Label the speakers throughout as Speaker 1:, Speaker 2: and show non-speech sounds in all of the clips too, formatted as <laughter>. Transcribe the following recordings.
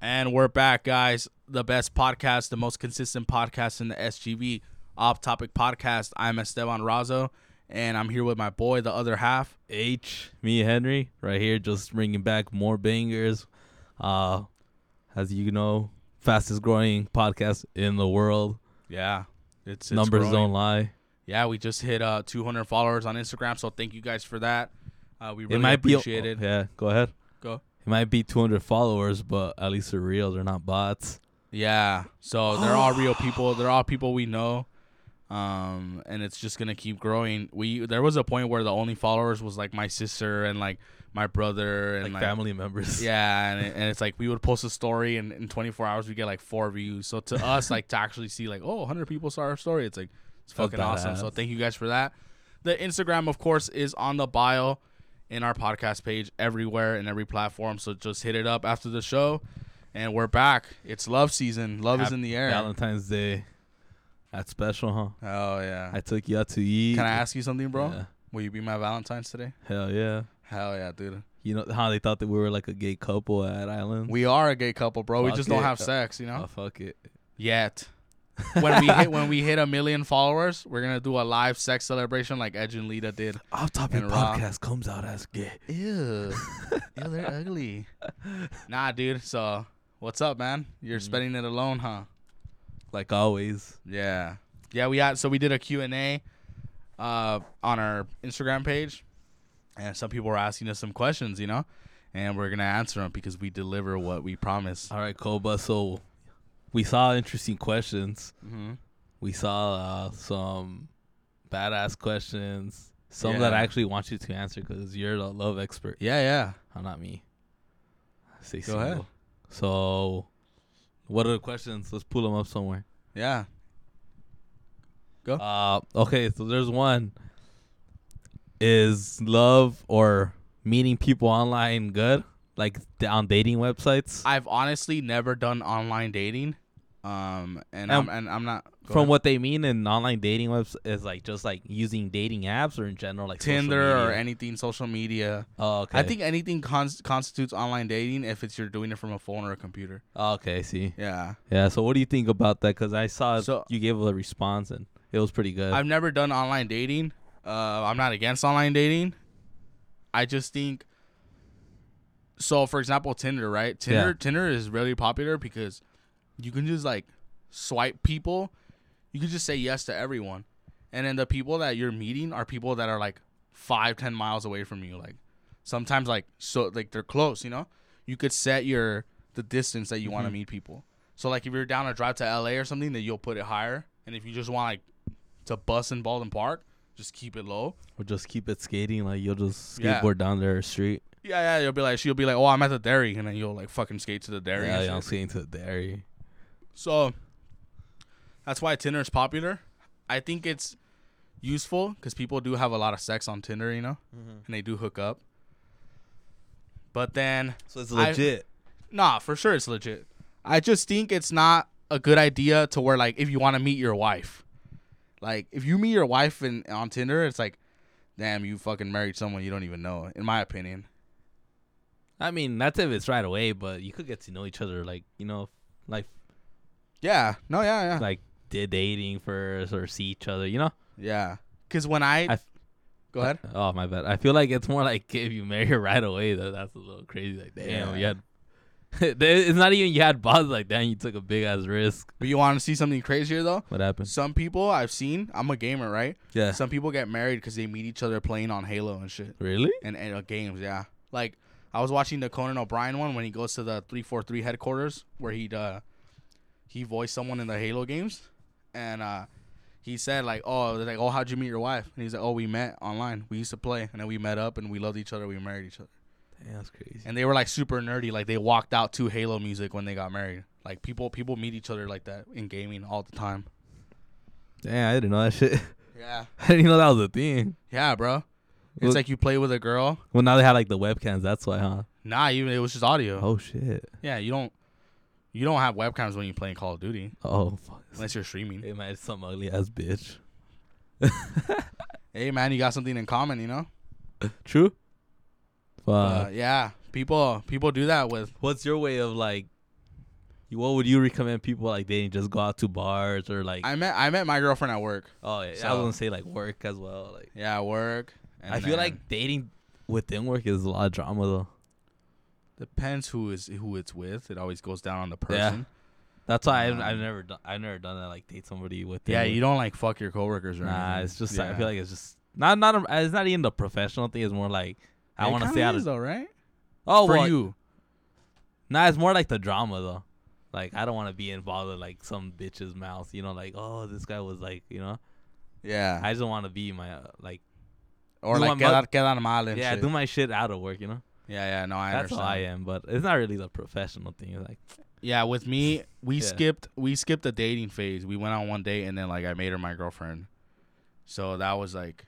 Speaker 1: And we're back, guys. The best podcast, the most consistent podcast in the SGB Off Topic Podcast. I'm Esteban Razo, and I'm here with my boy, the other half.
Speaker 2: H, me Henry, right here, just bringing back more bangers. Uh, as you know, fastest growing podcast in the world.
Speaker 1: Yeah, it's, it's
Speaker 2: Numbers
Speaker 1: growing.
Speaker 2: don't lie.
Speaker 1: Yeah, we just hit uh 200 followers on Instagram, so thank you guys for that. Uh, we really
Speaker 2: it might
Speaker 1: appreciate
Speaker 2: be Oh.
Speaker 1: it.
Speaker 2: Yeah, go ahead.
Speaker 1: Go.
Speaker 2: It might be 200 followers, but at least they're real. They're not bots.
Speaker 1: Yeah, so they're all real people. They're all people we know, um, and it's just gonna keep growing. We there was a point where the only followers was like my sister and like my brother and
Speaker 2: Like,
Speaker 1: like,
Speaker 2: family members.
Speaker 1: Yeah, and, it, and it's like we would post a story, and in 24 hours we get like four views. So to us, like to actually see like oh, 100 people saw our story, it's like it's
Speaker 2: That's
Speaker 1: fucking awesome. So
Speaker 2: badass.
Speaker 1: thank you guys for that. The Instagram, of course, is on the bio in our podcast page everywhere and every platform. So just hit it up after the show, and we're back. It's love season. Love is
Speaker 2: Hap-
Speaker 1: in the air.
Speaker 2: Valentine's Day. That's special, huh?
Speaker 1: Oh yeah.
Speaker 2: I took you out to eat.
Speaker 1: Can I ask you something, bro?
Speaker 2: Yeah.
Speaker 1: Will you be my Valentine's today?
Speaker 2: Hell yeah.
Speaker 1: Hell yeah, dude.
Speaker 2: You know how they thought that we were like a gay couple at Island?
Speaker 1: We are a gay couple, bro. we
Speaker 2: Fuck
Speaker 1: just don't
Speaker 2: it.
Speaker 1: have sex, you know.
Speaker 2: Oh, fuck it.
Speaker 1: <laughs> yet. when we hit when we hit a million followers, we're gonna do a live sex celebration like Edge and Lita did.
Speaker 2: Off Topic
Speaker 1: And raw.
Speaker 2: Podcast comes out as gay.
Speaker 1: Ew, ew, they're <laughs> ugly. Nah, dude. So what's up, man? You're spending it alone, huh?
Speaker 2: Like always.
Speaker 1: Yeah, yeah. We had so we did a Q and A uh, on our Instagram page, and some people were asking us some questions, you know, and we're gonna answer them because we deliver what we promise.
Speaker 2: All right, Koba. So we saw interesting questions.
Speaker 1: Mm-hmm.
Speaker 2: We saw uh, some badass questions. Some that
Speaker 1: Yeah.
Speaker 2: I actually want you to answer because you're the love expert.
Speaker 1: Yeah, yeah.
Speaker 2: Oh, not me. I Say
Speaker 1: Go ahead.
Speaker 2: single. So, what are the questions? Let's pull them up somewhere.
Speaker 1: Yeah.
Speaker 2: Uh, okay, so there's one. Is love or meeting people online good? Like d- on dating websites?
Speaker 1: I've honestly never done online dating. Um, and
Speaker 2: Um,
Speaker 1: I'm and I'm not go
Speaker 2: From
Speaker 1: ahead.
Speaker 2: what they mean in online dating webs is like just like using dating apps or in general like social
Speaker 1: Tinder or
Speaker 2: media?
Speaker 1: anything social media.
Speaker 2: Oh, okay.
Speaker 1: I think anything cons- constitutes online dating if it's you're doing it from a phone or a computer.
Speaker 2: Okay, I see.
Speaker 1: Yeah,
Speaker 2: Yeah. So what do you think about that? Because I saw
Speaker 1: So-
Speaker 2: you gave a response and it was pretty good.
Speaker 1: I've never done online dating. Uh, I'm not against online dating. I just think. So, for example, Tinder, right? Tinder,
Speaker 2: Yeah.
Speaker 1: Tinder is really popular because you can just like swipe people. You can just say yes to everyone, and then the people that you're meeting are people that are like five, ten miles away from you. Like sometimes, like so, like they're close. You know, you could set your the distance that you want to meet people. So, like if you're down a drive to LA or something, then you'll put it higher. And if you just want like to bus in Baldwin Park, just keep it low.
Speaker 2: Or just keep it skating. Like you'll just
Speaker 1: Yeah.
Speaker 2: skateboard down their street.
Speaker 1: Yeah, yeah. You'll be like, she'll be like, oh, I'm at the dairy, and then you'll like fucking skate to the dairy.
Speaker 2: Yeah,
Speaker 1: and
Speaker 2: yeah, I'm
Speaker 1: shit.
Speaker 2: skating to the dairy.
Speaker 1: So that's why Tinder is popular. I think it's useful because people do have a lot of sex on Tinder, you know,
Speaker 2: Mm-hmm.
Speaker 1: and they do hook up. But then,
Speaker 2: So it's
Speaker 1: I-
Speaker 2: legit.
Speaker 1: nah, for sure it's legit. I just think it's not a good idea to where like if you want to meet your wife, like if you meet your wife in on Tinder, it's like, damn, you fucking married someone you don't even know. In my opinion,
Speaker 2: I, mean, that's if it's right away, but you could get to know each other. Like you know, like
Speaker 1: yeah, no, yeah, yeah.
Speaker 2: like did dating first or see each other. You know.
Speaker 1: Yeah. Because when I,
Speaker 2: I-
Speaker 1: go ahead.
Speaker 2: <laughs> Oh my bad. I feel like it's more like if you marry her right away, though, that's a little crazy. Like damn, you
Speaker 1: Yeah.
Speaker 2: had. <laughs> it's not even you had balls like damn, you took a big ass risk.
Speaker 1: But you want to see something crazier though?
Speaker 2: What happened?
Speaker 1: Some people I've seen. I'm a gamer, right?
Speaker 2: Yeah.
Speaker 1: Some people get married because they meet each other playing on Halo and shit
Speaker 2: Really?
Speaker 1: and, and uh, games. Yeah. Like I was watching the Conan O'Brien one when he goes to the 343 headquarters where he'd uh he voiced someone in the Halo games, and uh he said like, oh, they're like, oh, how'd you meet your wife? And he's like, oh, we met online. We used to play, and then we met up, and we loved each other. We married each other.
Speaker 2: Damn, that's crazy.
Speaker 1: and they were like super nerdy like they walked out to halo music when they got married like people people meet each other like that in gaming all the time
Speaker 2: Damn, I didn't know that shit. <laughs>
Speaker 1: yeah
Speaker 2: I didn't even know that was a thing.
Speaker 1: yeah bro it's
Speaker 2: Well-
Speaker 1: like you play with a girl
Speaker 2: Well, now they have like the webcams. That's why, huh?
Speaker 1: nah even it was just audio
Speaker 2: Oh shit.
Speaker 1: yeah you don't you don't have webcams when you're playing call of duty
Speaker 2: Oh fuck.
Speaker 1: unless you're streaming
Speaker 2: It might some ugly ass bitch.
Speaker 1: hey man you got something in common you know
Speaker 2: <laughs> True. Fuck.
Speaker 1: uh, yeah people people do that with
Speaker 2: What's your way of like What would you recommend people like they just go out to bars or like?
Speaker 1: I met I met my girlfriend at work.
Speaker 2: oh, yeah, I
Speaker 1: so-
Speaker 2: was gonna say like work as well. Like,
Speaker 1: Yeah, at work. And
Speaker 2: I feel
Speaker 1: then-
Speaker 2: like dating within work is a lot of drama though.
Speaker 1: depends who is who it's with. It always goes down on the
Speaker 2: Yeah.
Speaker 1: person.
Speaker 2: That's why I've,
Speaker 1: Um,
Speaker 2: I've never done I've never done that like date somebody within.
Speaker 1: Yeah,
Speaker 2: work.
Speaker 1: you don't like fuck your coworkers or
Speaker 2: Nah,
Speaker 1: anything.
Speaker 2: it's just I
Speaker 1: Yeah.
Speaker 2: feel like it's just not not a, it's not even the professional thing. It's more like I
Speaker 1: It
Speaker 2: want to
Speaker 1: kinda
Speaker 2: stay out
Speaker 1: is
Speaker 2: of.
Speaker 1: though, right?
Speaker 2: Oh,
Speaker 1: For
Speaker 2: well,
Speaker 1: you,
Speaker 2: Nah, it's more like the drama though. Like I don't want to be involved in like some bitch's mouth. You know, like oh this guy was like you know.
Speaker 1: yeah,
Speaker 2: I just want to be my uh, like
Speaker 1: or
Speaker 2: do
Speaker 1: like
Speaker 2: my
Speaker 1: get
Speaker 2: mo-
Speaker 1: out, get out of my island.
Speaker 2: yeah
Speaker 1: shit.
Speaker 2: do my shit out of work. You know,
Speaker 1: yeah, yeah. No, I
Speaker 2: that's all
Speaker 1: understand.
Speaker 2: I am. But it's not really the professional thing. It's like
Speaker 1: Yeah, with <laughs> me, we
Speaker 2: Yeah.
Speaker 1: skipped we skipped the dating phase. We went on one date and then like I made her my girlfriend. So that was like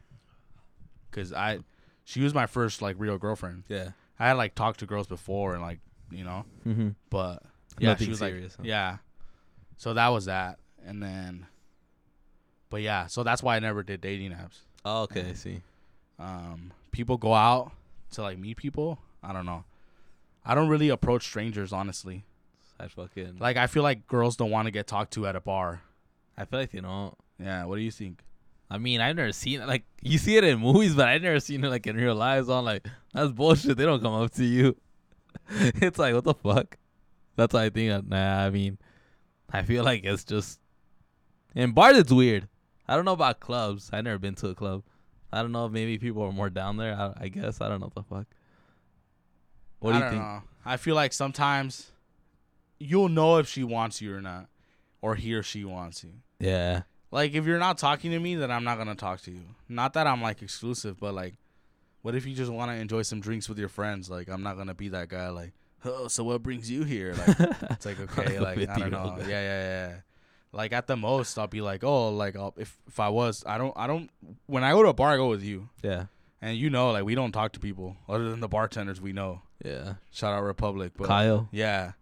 Speaker 1: cuz I she was my first like real girlfriend.
Speaker 2: yeah.
Speaker 1: I had like talked to girls before and like, you know,
Speaker 2: Mm-hmm.
Speaker 1: but yeah,
Speaker 2: Nothing
Speaker 1: she was
Speaker 2: serious, huh?
Speaker 1: like Yeah. So that was that. And then but yeah, so that's why I never did dating apps.
Speaker 2: Oh, okay, I see.
Speaker 1: Um people go out to like meet people. I don't know. I don't really approach strangers honestly.
Speaker 2: I fucking
Speaker 1: Like I feel like girls don't want to get talked to at a bar.
Speaker 2: I feel like you know.
Speaker 1: Yeah, what do you think?
Speaker 2: I mean, I've never seen it. Like you see it in movies, but I've never seen it like in real life. So I'm like, that's bullshit. They don't come up to you. <laughs> it's like what the fuck. That's why I think. uh, Nah, I mean, I feel like it's just in bars. It's weird. I don't know about clubs. I've never been to a club. I don't know. if Maybe people are more down there. I, I guess I don't know what the fuck. What
Speaker 1: I
Speaker 2: do you
Speaker 1: don't
Speaker 2: think?
Speaker 1: know. I feel like sometimes you'll know if she wants you or not, or he or she wants you.
Speaker 2: <laughs> Yeah,
Speaker 1: Like if you're not talking to me, then I'm not gonna talk to you. Not that I'm like exclusive, but like, what if you just want to enjoy some drinks with your friends? Like I'm not gonna be that guy. Like, oh, so what brings you here? Like it's <laughs> like okay,
Speaker 2: Like a
Speaker 1: like I don't
Speaker 2: 50-year-old
Speaker 1: know.
Speaker 2: guy.
Speaker 1: Yeah, yeah, yeah. Like at the most, I'll be like, oh, like I'll, if if I was, I don't, I don't. When I go to a bar, I go with you,
Speaker 2: yeah,
Speaker 1: and you know, like we don't talk to people other than the bartenders we know.
Speaker 2: yeah.
Speaker 1: Shout out Republic, but
Speaker 2: Kyle.
Speaker 1: yeah.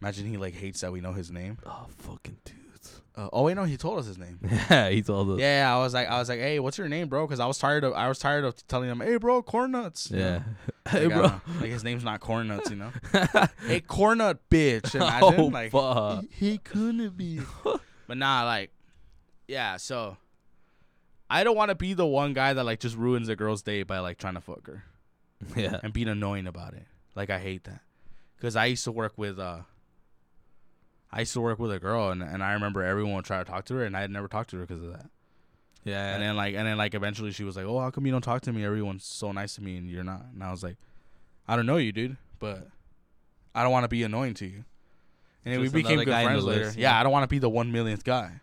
Speaker 1: Imagine he like hates that we know his name.
Speaker 2: Oh fucking dudes.
Speaker 1: Uh, oh wait, no, he told us his name.
Speaker 2: <laughs> yeah, he told us.
Speaker 1: Yeah, I was like, I was like, hey, what's your name, bro? Because I was tired of, I was tired of telling him, hey, bro, corn nuts. you <laughs>
Speaker 2: Yeah.
Speaker 1: know? Like,
Speaker 2: Hey,
Speaker 1: I
Speaker 2: bro.
Speaker 1: don't know. like his name's not corn nuts, <laughs> you know. hey, corn nut, <laughs> bitch. Imagine
Speaker 2: <laughs> oh
Speaker 1: like
Speaker 2: fuck. <laughs>
Speaker 1: he, he couldn't be. but nah, like, yeah. So I don't want to be the one guy that like just ruins a girl's day by like trying to fuck her.
Speaker 2: Yeah.
Speaker 1: and being annoying about it. Like I hate that because I used to work with uh, I used to work with a girl, and, and I remember everyone would try to talk to her, and I had never talked to her because of that.
Speaker 2: Yeah.
Speaker 1: And then like and then like eventually she was like, "Oh, how come you don't talk to me? Everyone's so nice to me, and you're not." And I was like, "I don't know you, dude, but I don't want to be annoying to you." And then we
Speaker 2: Just
Speaker 1: became
Speaker 2: another
Speaker 1: good
Speaker 2: guy in the
Speaker 1: friends later.
Speaker 2: list,
Speaker 1: Yeah,
Speaker 2: yeah.
Speaker 1: I don't want to be the one millionth guy.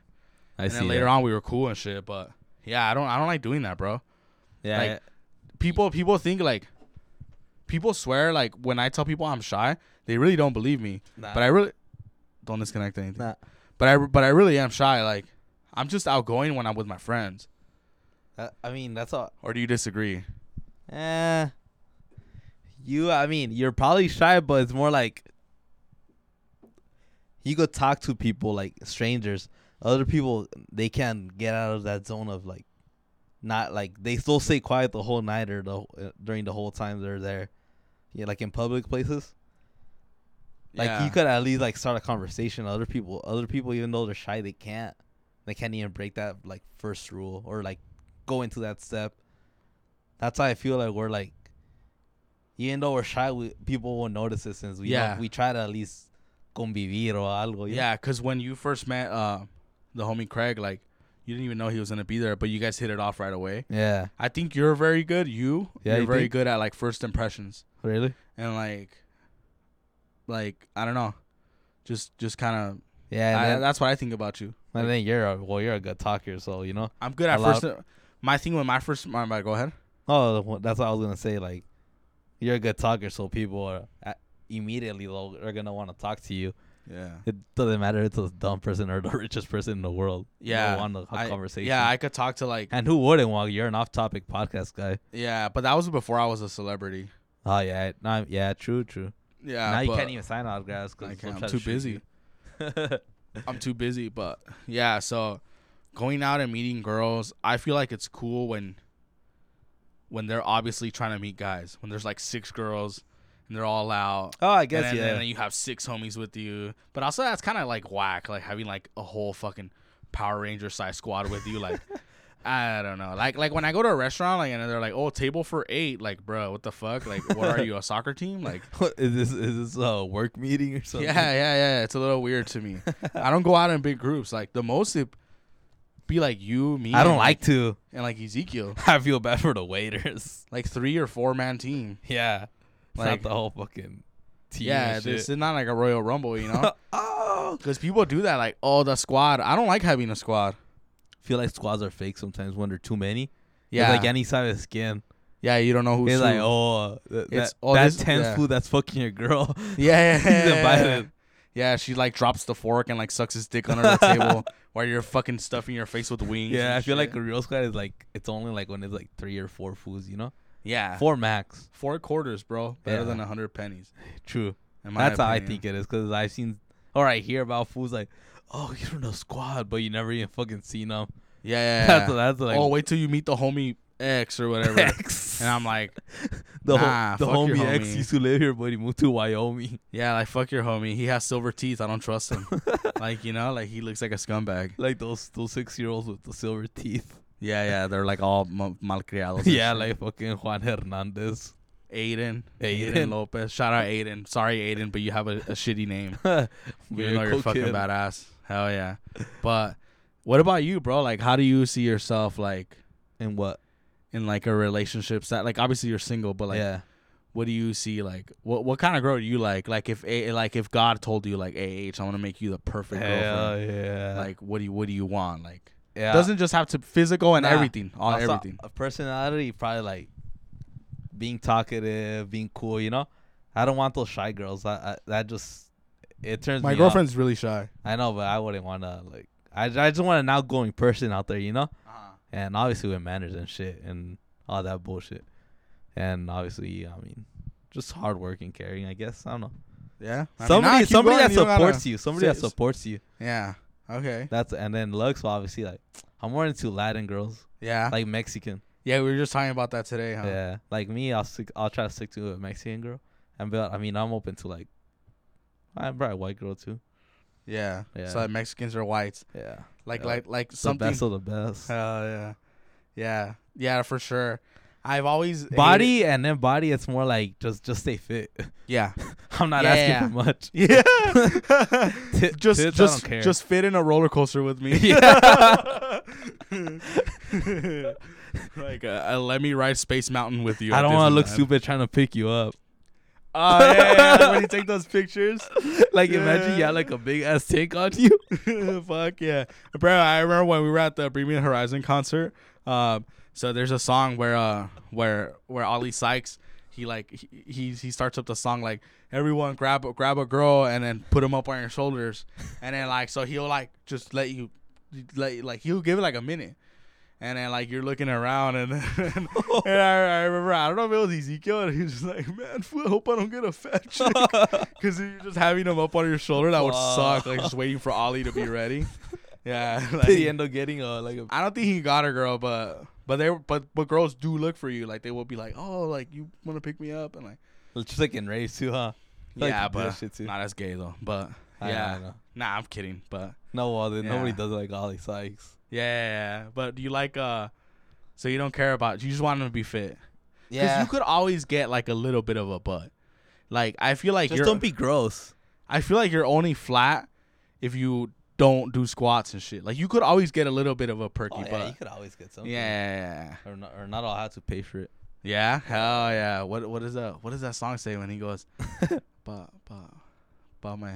Speaker 2: I
Speaker 1: and
Speaker 2: see.
Speaker 1: then later on, we were cool and shit. But yeah, I don't I don't like doing that, bro.
Speaker 2: yeah,
Speaker 1: like, people people think like people swear like when I tell people I'm shy, they really don't believe me.
Speaker 2: Nah.
Speaker 1: But I really don't disconnect anything.
Speaker 2: Nah.
Speaker 1: But I but I really am shy. Like I'm just outgoing when I'm with my friends.
Speaker 2: I, I mean, that's all.
Speaker 1: Or do you disagree?
Speaker 2: Eh. You, I mean, you're probably shy, but it's more like you go talk to people like strangers. Other people, they can't get out of that zone of like, not like they still stay quiet the whole night or the wh- uh, during the whole time they're there. Yeah, like in public places. Like
Speaker 1: yeah.
Speaker 2: you could at least like start a conversation. Other people, other people, even though they're shy, they can't. They can't even break that like first rule or like go into that step. That's how I feel like we're like, even though we're shy, we, people will notice it since we know-
Speaker 1: Yeah.
Speaker 2: we try to at least convivir or algo. you know?
Speaker 1: Yeah, because when you first met uh the homie Craig, like you didn't even know he was gonna be there, but you guys hit it off right away.
Speaker 2: yeah,
Speaker 1: I think you're very good. You
Speaker 2: Yeah,
Speaker 1: you're
Speaker 2: you
Speaker 1: very
Speaker 2: think?
Speaker 1: good at like first impressions.
Speaker 2: really,
Speaker 1: And like like I don't know. Just just kinda
Speaker 2: yeah.
Speaker 1: I-
Speaker 2: And, then,
Speaker 1: that's what I think about you.
Speaker 2: and then you're a, well, you're a good talker, so you know.
Speaker 1: I'm good at
Speaker 2: Allow-
Speaker 1: first. uh, My thing with my first. My, my, go ahead.
Speaker 2: Oh, wh- that's what I was gonna say. Like, you're a good talker, so people are uh, immediately though, are gonna want to talk to you.
Speaker 1: Yeah.
Speaker 2: It doesn't matter if it's a dumb person or the <laughs> richest person in the world. They'll
Speaker 1: Yeah,
Speaker 2: want a
Speaker 1: I-
Speaker 2: conversation.
Speaker 1: Yeah, I could talk to like.
Speaker 2: and who wouldn't want? You're an off-topic podcast guy.
Speaker 1: Yeah, but that was before I was a celebrity.
Speaker 2: Oh yeah, I- nah, yeah, true, true.
Speaker 1: Yeah.
Speaker 2: now you
Speaker 1: but-
Speaker 2: can't even sign autographs
Speaker 1: I
Speaker 2: because
Speaker 1: can't, I'm too busy.
Speaker 2: <laughs>
Speaker 1: I'm too busy, but yeah. So going out and meeting girls, I feel like it's cool when when they're obviously trying to meet guys. When there's like six girls and they're all out.
Speaker 3: Oh, I
Speaker 1: And
Speaker 3: guess
Speaker 1: then,
Speaker 3: yeah.
Speaker 1: and then you have six homies with you. But also that's kind of like whack, like having like a whole fucking Power Ranger size squad with you.
Speaker 3: <laughs>
Speaker 1: Like I don't know, like like when I go to a restaurant, like and they're like, oh, table for eight. Like, bro, what the fuck? Like, what are you, a soccer team? Like,
Speaker 2: <laughs> What, is this is this a work meeting or something?
Speaker 1: yeah, yeah, yeah. It's a little weird to me. I don't go out in big groups. Like the most it be like you, me.
Speaker 2: I don't
Speaker 1: and,
Speaker 2: like to. <laughs>
Speaker 1: and like Ezekiel,
Speaker 2: I feel bad for the waiters. <laughs>
Speaker 1: like three or four man team.
Speaker 2: Yeah, it's
Speaker 1: Like-
Speaker 2: not the whole fucking team.
Speaker 1: Yeah,
Speaker 2: and
Speaker 1: this
Speaker 2: shit.
Speaker 1: is not like a Royal Rumble, you
Speaker 2: <laughs>
Speaker 1: know?
Speaker 2: oh,
Speaker 1: Because people do that, like, oh, the squad. I don't like having a squad.
Speaker 2: feel like squads are fake sometimes when they're too many.
Speaker 1: Yeah,
Speaker 2: it's like any size of skin.
Speaker 1: yeah. You don't know who's
Speaker 2: It's
Speaker 1: who.
Speaker 2: like oh, th-
Speaker 1: It's
Speaker 2: that,
Speaker 1: all
Speaker 2: that
Speaker 1: this-
Speaker 2: tense
Speaker 1: yeah.
Speaker 2: fool that's fucking your girl.
Speaker 1: <laughs> yeah,
Speaker 2: <laughs>
Speaker 1: yeah, yeah,
Speaker 2: He's
Speaker 1: yeah,
Speaker 2: invited.
Speaker 1: Yeah. Yeah, she like drops the fork and like sucks his dick under the
Speaker 2: <laughs>
Speaker 1: table while you're fucking stuffing your face with wings.
Speaker 2: Yeah,
Speaker 1: and
Speaker 2: I feel like
Speaker 1: shit.
Speaker 2: a real squad is like it's only like when it's like three or four fools, you know,
Speaker 1: yeah, four,
Speaker 2: four max.
Speaker 1: quarters, bro, better
Speaker 2: Yeah.
Speaker 1: than a hundred pennies.
Speaker 2: True.
Speaker 1: in my
Speaker 2: That's how I
Speaker 1: opinion.
Speaker 2: think it is because I've seen or I hear about fools like, oh, you're in a squad, but you never even fucking seen them.
Speaker 1: Yeah, yeah, yeah.
Speaker 2: <laughs> That's that's like
Speaker 1: oh,
Speaker 2: <laughs>
Speaker 1: wait till you meet the homie X or whatever.
Speaker 2: X.
Speaker 1: And I'm like,
Speaker 2: <laughs> the ho-
Speaker 1: nah,
Speaker 2: the
Speaker 1: fuck your
Speaker 2: homie, X
Speaker 1: homie.
Speaker 2: used to live here, but he moved to Wyoming. <laughs>
Speaker 1: yeah, like fuck your homie. He has silver teeth. I don't trust him. like you know, like he looks like a scumbag.
Speaker 2: Like those those six year olds with the silver teeth. <laughs>
Speaker 1: Yeah, yeah, they're like all mal- malcriados. and
Speaker 2: yeah,
Speaker 1: shit.
Speaker 2: like fucking Juan Hernandez.
Speaker 1: Aiden, Aiden,
Speaker 2: Aiden.
Speaker 1: Lopez. Shout out Aiden. Sorry, Aiden, but you have a, a shitty name.
Speaker 2: Very
Speaker 1: Even though you're
Speaker 2: cool
Speaker 1: fucking
Speaker 2: kid.
Speaker 1: badass. Hell yeah. But what about you, bro? Like, how do you see yourself, like,
Speaker 2: And what?
Speaker 1: in like a relationship? That like, obviously you're single, but like,
Speaker 2: yeah.
Speaker 1: what do you see? Like, what what kind of girl do you like? Like, if a like if God told you, like, hey, H, I want to make you the perfect
Speaker 2: Hell
Speaker 1: girlfriend.
Speaker 2: yeah.
Speaker 1: Like, what do you what do you want? Like,
Speaker 2: yeah.
Speaker 1: doesn't just have to physical and
Speaker 2: Nah.
Speaker 1: everything, all
Speaker 2: Also,
Speaker 1: everything.
Speaker 2: a Personality, probably like being talkative, being cool. You know, I don't want those shy girls. I, I that just it turns
Speaker 3: My
Speaker 2: me off.
Speaker 3: girlfriend's really shy.
Speaker 2: I know, but I wouldn't want to like. I, I just want an outgoing person out there, you know,
Speaker 1: Uh-huh.
Speaker 2: and obviously with manners and shit and all that bullshit, and obviously I mean, just hardworking, caring. I guess I don't know.
Speaker 1: Yeah. I mean,
Speaker 2: somebody,
Speaker 1: nah, keep
Speaker 2: somebody
Speaker 1: going,
Speaker 2: that
Speaker 1: you don't gotta-
Speaker 2: supports you. Somebody that
Speaker 1: say-
Speaker 2: supports you.
Speaker 1: Yeah. Okay.
Speaker 2: That's and then looks obviously like I'm more into Latin girls,
Speaker 1: Yeah.
Speaker 2: like Mexican.
Speaker 1: Yeah, we were just talking about that today, huh?
Speaker 2: Yeah, like me, I'll stick. I'll try to stick to a Mexican girl, and but I mean, I'm open to like, I'm probably a white girl too.
Speaker 1: Yeah.
Speaker 2: Yeah.
Speaker 1: So like, Mexicans are whites.
Speaker 2: Yeah,
Speaker 1: Like
Speaker 2: Yeah.
Speaker 1: like like
Speaker 2: something
Speaker 1: something.
Speaker 2: the best of the best.
Speaker 1: Hell yeah. Yeah. Yeah, for sure. I've always hated-
Speaker 2: <laughs> Body and then body, it's more like just just stay fit. <laughs>
Speaker 1: Yeah.
Speaker 2: I'm not
Speaker 1: Yeah.
Speaker 2: asking for
Speaker 1: <laughs>
Speaker 2: much.
Speaker 1: Yeah.
Speaker 2: <laughs>
Speaker 1: <laughs>
Speaker 2: Tit-
Speaker 1: just
Speaker 2: tits, I
Speaker 1: just
Speaker 2: don't care.
Speaker 1: just fit in a roller coaster with <laughs> me.
Speaker 2: Yeah.
Speaker 1: <laughs> like uh, uh, let me ride Space Mountain with you.
Speaker 2: I
Speaker 1: at
Speaker 2: don't want to look
Speaker 1: Disneyland.
Speaker 2: stupid trying to pick you up.
Speaker 1: Oh yeah, yeah, yeah, when you take those <laughs> pictures.
Speaker 2: Like imagine you
Speaker 1: <laughs> Yeah.
Speaker 2: had like a big ass tank on you. <laughs>
Speaker 1: <laughs> Fuck yeah, bro! I remember when we were at the Premium Horizon concert. Um, so there's a song where uh where where Ollie Sykes he like he he, he starts up the song like everyone grab a, grab a girl and then put him up on your shoulders and then like so he'll like just let you let like he'll give it like a minute and then like you're looking around and <laughs> and, I, I remember I don't know if it was Ezekiel and he was just like man fool, I hope I don't get a fat chick because you're just having him up on your shoulder that would suck like just waiting for Ollie
Speaker 2: <laughs>
Speaker 1: to be ready yeah like,
Speaker 2: Did he end up getting a like a?
Speaker 1: I don't think he got a girl but but they were- but but girls do look for you like they will be like oh like you want to pick me up and like
Speaker 2: Just like in race too, huh? Like
Speaker 1: yeah
Speaker 2: that
Speaker 1: but
Speaker 2: shit too.
Speaker 1: not as gay though but
Speaker 2: I know,
Speaker 1: yeah
Speaker 2: I know.
Speaker 1: nah I'm kidding but
Speaker 2: No, well, then nobody
Speaker 1: Yeah.
Speaker 2: does it like Ollie Sykes.
Speaker 1: yeah, yeah, yeah. but do you like uh so you don't care about you just want him to be fit Because you could always get like a little bit of a butt. Like I feel like
Speaker 2: just
Speaker 1: you're,
Speaker 2: don't be gross.
Speaker 1: I feel like you're only flat if you don't do squats and shit. Like you could always get a little bit of a perky
Speaker 2: Oh, yeah, you
Speaker 1: butt.
Speaker 2: could always get something.
Speaker 1: Yeah,
Speaker 2: Or not, or not all have to
Speaker 1: <laughs>
Speaker 2: pay for it.
Speaker 1: yeah, hell yeah. What what is that? What does that song say when he
Speaker 2: <laughs>
Speaker 1: goes, but but but my.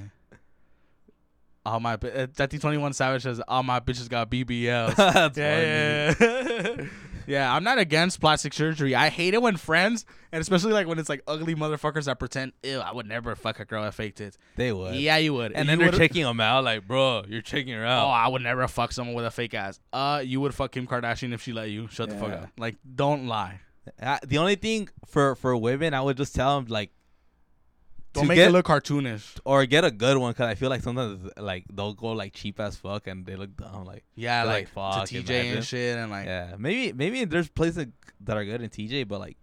Speaker 1: All my bi- uh, that D twenty one Savage says all my bitches got BBLs.
Speaker 2: <laughs> That's
Speaker 1: Yeah, yeah, yeah. Yeah, I'm not against plastic surgery. I hate it when friends, and especially like when it's like ugly motherfuckers that pretend, ew, I would never fuck a girl that faked it.
Speaker 2: They would.
Speaker 1: Yeah, you would.
Speaker 2: And
Speaker 1: You
Speaker 2: then they're
Speaker 1: would-
Speaker 2: checking them out, like, bro, you're checking her
Speaker 1: Oh,
Speaker 2: out.
Speaker 1: I would never fuck someone with a fake ass. Uh, you would fuck Kim Kardashian if she let you. Shut the fuck
Speaker 2: Yeah.
Speaker 1: up. Like, don't lie.
Speaker 2: I- Uh, the only thing for for women, I would just tell them like,
Speaker 1: Don't
Speaker 2: To
Speaker 1: make
Speaker 2: get-
Speaker 1: it look cartoonish.
Speaker 2: or get a good one, cause I feel like sometimes like they'll go like cheap as fuck and they look dumb. Like,
Speaker 1: Yeah,
Speaker 2: They're
Speaker 1: like,
Speaker 2: like, fuck,
Speaker 1: to TJ
Speaker 2: imagine.
Speaker 1: and shit, and like, yeah,
Speaker 2: yeah, maybe maybe there's places that are good in TJ, but like,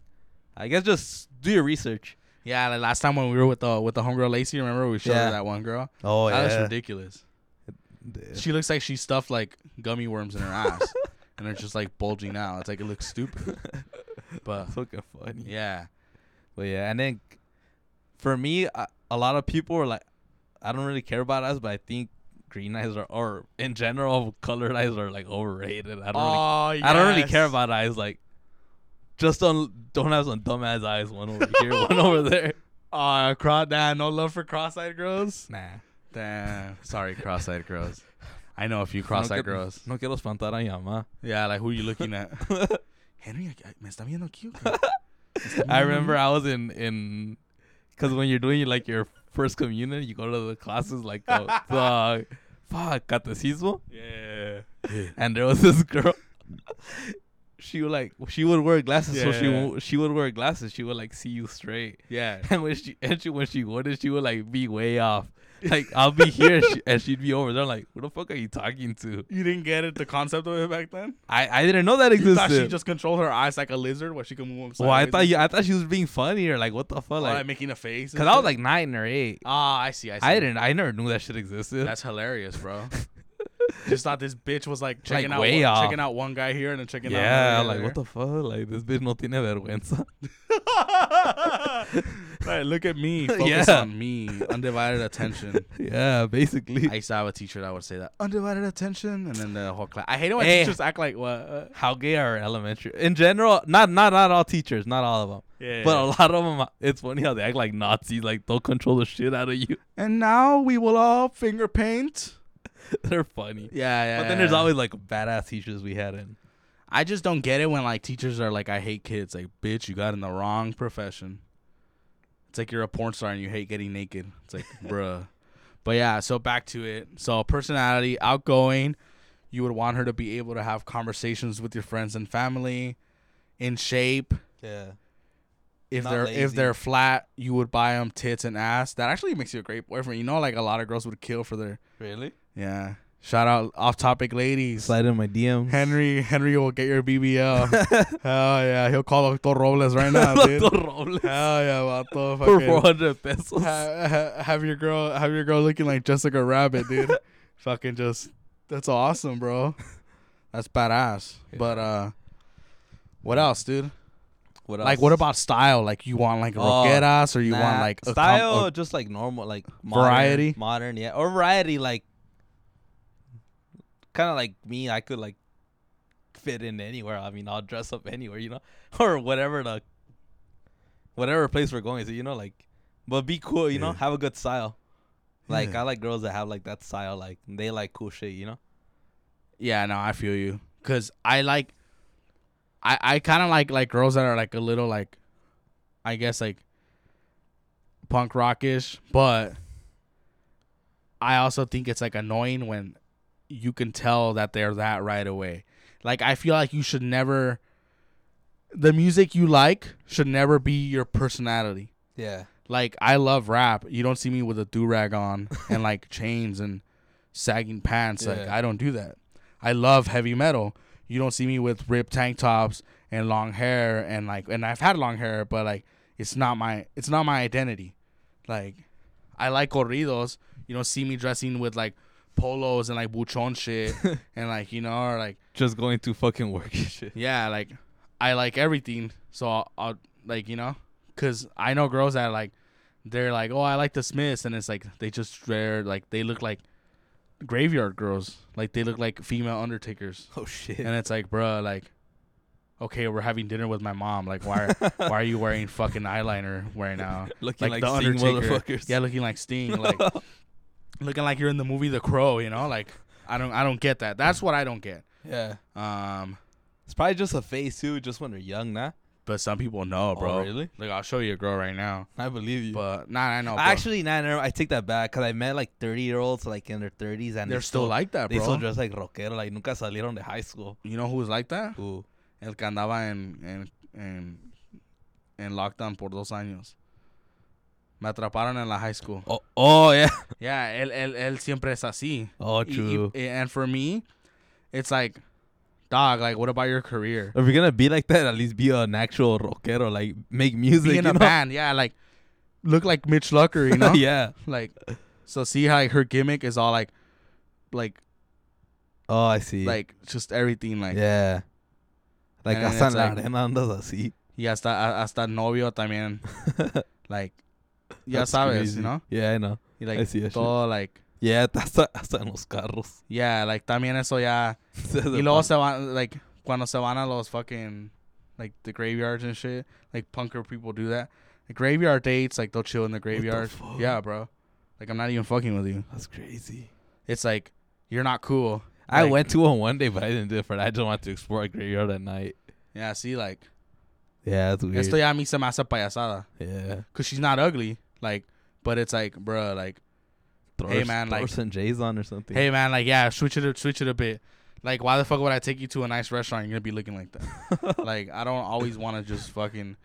Speaker 2: I guess just do your research.
Speaker 1: Yeah, like last time when we were with the with the homegirl Lacey, remember we showed
Speaker 2: Yeah.
Speaker 1: her that one girl?
Speaker 3: Oh
Speaker 1: that was
Speaker 3: yeah.
Speaker 1: ridiculous.
Speaker 3: Yeah.
Speaker 1: She looks like she stuffed like gummy worms in
Speaker 2: <laughs>
Speaker 1: her ass, and they're just like bulging out. It's like it looks
Speaker 2: <laughs>
Speaker 1: stupid, but
Speaker 2: fucking funny.
Speaker 1: yeah,
Speaker 2: But yeah, and then for me, I, a lot of people are like, I don't really care about us, but I think green eyes are, or in general, <laughs> colored eyes are like overrated. I don't, really, I don't really care about eyes. Like, just don't don't have some dumbass eyes. One over here, one over there.
Speaker 1: Uh, cross nah, no love for cross-eyed girls.
Speaker 2: Nah.
Speaker 1: Damn, sorry, cross-eyed girls. I know a few cross-eyed
Speaker 2: no que-
Speaker 1: girls.
Speaker 2: No quiero espantar a mi mamá.
Speaker 1: Yeah, like who are you looking at? <laughs> Henry, I- I- me está viendo cute.
Speaker 2: <laughs> <laughs> I remember I was in in because when you're doing like your first communion, you go to the classes like the, the fuck catecismo.
Speaker 1: Yeah.
Speaker 2: and there was this girl. <laughs> She would like she would wear glasses, so she
Speaker 1: Yeah.
Speaker 2: wo- she would wear glasses. She would like see you straight, <laughs>
Speaker 1: Yeah.
Speaker 2: and when she and she when she wouldn't, she would like be way off. Like I'll be here, she, and she'd be over there. Like, who the fuck are you talking to?
Speaker 1: You didn't get it, the concept of it back
Speaker 2: <laughs>
Speaker 1: then?
Speaker 2: I I didn't know that
Speaker 1: You thought
Speaker 2: existed.
Speaker 1: she just controlled her eyes like a lizard where she could move them
Speaker 2: well, I
Speaker 1: sideways
Speaker 2: thought you, I thought she was being funny or like what the fuck,
Speaker 1: and- or, like,
Speaker 2: like
Speaker 1: making a face. and
Speaker 2: because I was
Speaker 1: shit?
Speaker 2: like nine or eight.
Speaker 1: ah, I see, I see.
Speaker 2: I didn't, I never knew that shit existed.
Speaker 1: That's hilarious,
Speaker 2: <laughs>
Speaker 1: bro. just thought this bitch was like checking out
Speaker 2: way
Speaker 1: one,
Speaker 2: off.
Speaker 1: checking out one guy here and then checking
Speaker 2: yeah,
Speaker 1: out
Speaker 2: like what the fuck, like this bitch no tiene vergüenza. <laughs>
Speaker 1: <laughs> the Right, look at
Speaker 2: <laughs>
Speaker 1: me. Focus
Speaker 2: Yeah.
Speaker 1: on me. Undivided
Speaker 2: <laughs>
Speaker 1: attention.
Speaker 2: yeah, basically.
Speaker 1: I used to have a teacher that would say that undivided attention, and then the whole class. I hate it when
Speaker 2: Hey.
Speaker 1: teachers act like what? Uh,
Speaker 2: how gay are elementary in general not not not all teachers not all of them
Speaker 1: yeah.
Speaker 2: but a lot of them it's funny how they act like nazis like they'll control the shit out of you <laughs>
Speaker 1: and now we will all finger paint.
Speaker 2: they're funny
Speaker 1: Yeah, yeah.
Speaker 2: but then there's always like badass teachers we had in
Speaker 1: I just don't get it when like teachers are like, "I hate kids." Like, bitch, you got in the wrong profession. It's like you're a porn star and you hate getting naked. It's like, <laughs> bruh. But yeah, so back to it. So personality, outgoing. You would want her to be able to have conversations with your friends and family. In shape.
Speaker 2: yeah
Speaker 1: If
Speaker 2: Not
Speaker 1: they're if
Speaker 2: lazy.
Speaker 1: they're flat, you would buy them tits and ass. That actually makes you a great boyfriend. You know, like a lot of girls would kill for their
Speaker 2: really
Speaker 1: yeah. Shout out off topic ladies.
Speaker 2: slide in my dm
Speaker 1: <laughs> Henry, Henry will get your <laughs> BBL. Hell yeah, he'll call Doctor Robles right now, <laughs> dude. Hell yeah, vato.
Speaker 2: <laughs> for
Speaker 1: Fucking
Speaker 2: 400 pesos
Speaker 1: ha- ha- have your girl, have your girl looking like Jessica Rabbit, <laughs> dude. fucking just, that's awesome, bro. That's badass. But uh, what else, dude?
Speaker 2: what
Speaker 1: Like, what about style? Like, you want like
Speaker 2: Oh,
Speaker 1: roqueras, or you want like a com-
Speaker 2: style
Speaker 1: a-
Speaker 2: just like normal like
Speaker 1: Variety?
Speaker 2: modern yeah or variety like kind of like me i could like fit in anywhere i mean i'll dress up anywhere you know <laughs> or whatever the whatever place we're going to you know like but be cool you know
Speaker 1: Yeah.
Speaker 2: have a good style like
Speaker 1: Yeah.
Speaker 2: i like girls that have like that style like they like cool shit you know
Speaker 1: Yeah, no, I feel you. Cause I like, I I kind of like like girls that are like a little like, I guess like, punk rockish, but I also think it's like annoying when you can tell that they're that right away. Like I feel like you should never. The music you like should never be your personality
Speaker 2: yeah
Speaker 1: like I love rap. You don't see me with a do rag on and like chains and sagging pants. Like
Speaker 2: Yeah.
Speaker 1: I don't do that. I love heavy metal. You don't see me with ripped tank tops and long hair and like and I've had long hair, but like it's not my it's not my identity. Like I like corridos. You don't see me dressing with like polos and like buchon shit and like you know or like
Speaker 2: just going to fucking work and shit
Speaker 1: yeah, like I like everything, so I'll, I'll like you know, cause I know girls that like they're like, oh, I like the Smiths, and it's like they just they're like they look like graveyard girls, like they look like female undertakers,
Speaker 2: <laughs> oh shit
Speaker 1: and it's like, bruh, like. Okay, we're having dinner with my mom. Like, why? <laughs> why are you wearing fucking eyeliner right now?
Speaker 2: <laughs> looking
Speaker 1: uh, like
Speaker 2: like,
Speaker 1: the
Speaker 2: Sting
Speaker 1: Undertaker.
Speaker 2: motherfuckers
Speaker 1: Yeah, looking like <laughs> Sting. Like, looking like you're in the movie The Crow. You know, like I don't, I don't get that. That's what I don't get.
Speaker 2: yeah
Speaker 1: Um,
Speaker 2: it's probably just a face too just when they're young nah
Speaker 1: but some people
Speaker 2: Oh,
Speaker 1: know, bro.
Speaker 2: really
Speaker 1: Like Oh, I'll show you a girl right now.
Speaker 2: I believe you.
Speaker 1: But nah, I know. Oh, bro.
Speaker 2: Actually, nah, never, I take that back because I met like 30 year olds like in their 30s and
Speaker 1: they're still, like that,
Speaker 2: they
Speaker 1: bro.
Speaker 2: still dress like rockero, like nunca salieron de high school.
Speaker 1: you know who was like that?
Speaker 2: Ooh.
Speaker 1: El que andaba en en en, en lockdown por dos años. Me atraparon en la high school.
Speaker 2: Oh,
Speaker 1: <laughs>
Speaker 2: oh yeah.
Speaker 1: Yeah, él, él, él siempre es así.
Speaker 2: Oh,
Speaker 1: Y- y- eh,
Speaker 2: true.
Speaker 1: and for me, it's like, dog, like, what about your career? <laughs>
Speaker 2: If you're gonna be like that, at least be an actual rockero, like make music.
Speaker 1: Be
Speaker 2: you
Speaker 1: in a
Speaker 2: know?
Speaker 1: band, yeah, like, look like Mitch Lucker, <laughs> you know?
Speaker 2: <laughs> yeah.
Speaker 1: Like, so see how her gimmick is all like, like,
Speaker 2: Oh, I see.
Speaker 1: like just everything like. Eh,
Speaker 2: yeah. Like
Speaker 1: And then
Speaker 2: hasta
Speaker 1: it's
Speaker 2: en la
Speaker 1: like-
Speaker 2: arena andas así. <laughs>
Speaker 1: Y hasta a- hasta novio también. like, ya
Speaker 2: That's
Speaker 1: sabes,
Speaker 2: crazy.
Speaker 1: you know?
Speaker 2: Yeah, I know.
Speaker 1: Y
Speaker 2: I
Speaker 1: like
Speaker 2: see that shit.
Speaker 1: todo like
Speaker 2: Yeah, hasta, hasta en los carros. <laughs>
Speaker 1: yeah, like también eso ya.
Speaker 2: Se hace
Speaker 1: Y luego
Speaker 2: punk.
Speaker 1: se van like cuando se van a los fucking like the graveyards and shit. Like punker people do that. The graveyard dates, like they'll chill in the graveyard.
Speaker 2: fuck?
Speaker 1: Yeah, bro. Like I'm not even fucking with you.
Speaker 2: That's crazy.
Speaker 1: It's like you're not cool.
Speaker 2: I
Speaker 1: Like-
Speaker 2: went to one one day, but I didn't do it for that. I just wanted to explore a graveyard at night.
Speaker 1: Yeah, see, like
Speaker 2: Yeah, that's weird.
Speaker 1: esto ya a mí se me hace payasada.
Speaker 2: yeah.
Speaker 1: Cause she's not ugly, like, but it's like, bruh, like,
Speaker 2: Throw
Speaker 1: Hey,
Speaker 2: her-
Speaker 1: man,
Speaker 2: throw her
Speaker 1: like-
Speaker 2: some J's on or something.
Speaker 1: hey man, like, yeah, switch it, up, switch it a bit. Like, why the fuck would I take you to a nice restaurant? and You're gonna be looking like
Speaker 2: <laughs>
Speaker 1: that. like, I don't always want to just fucking,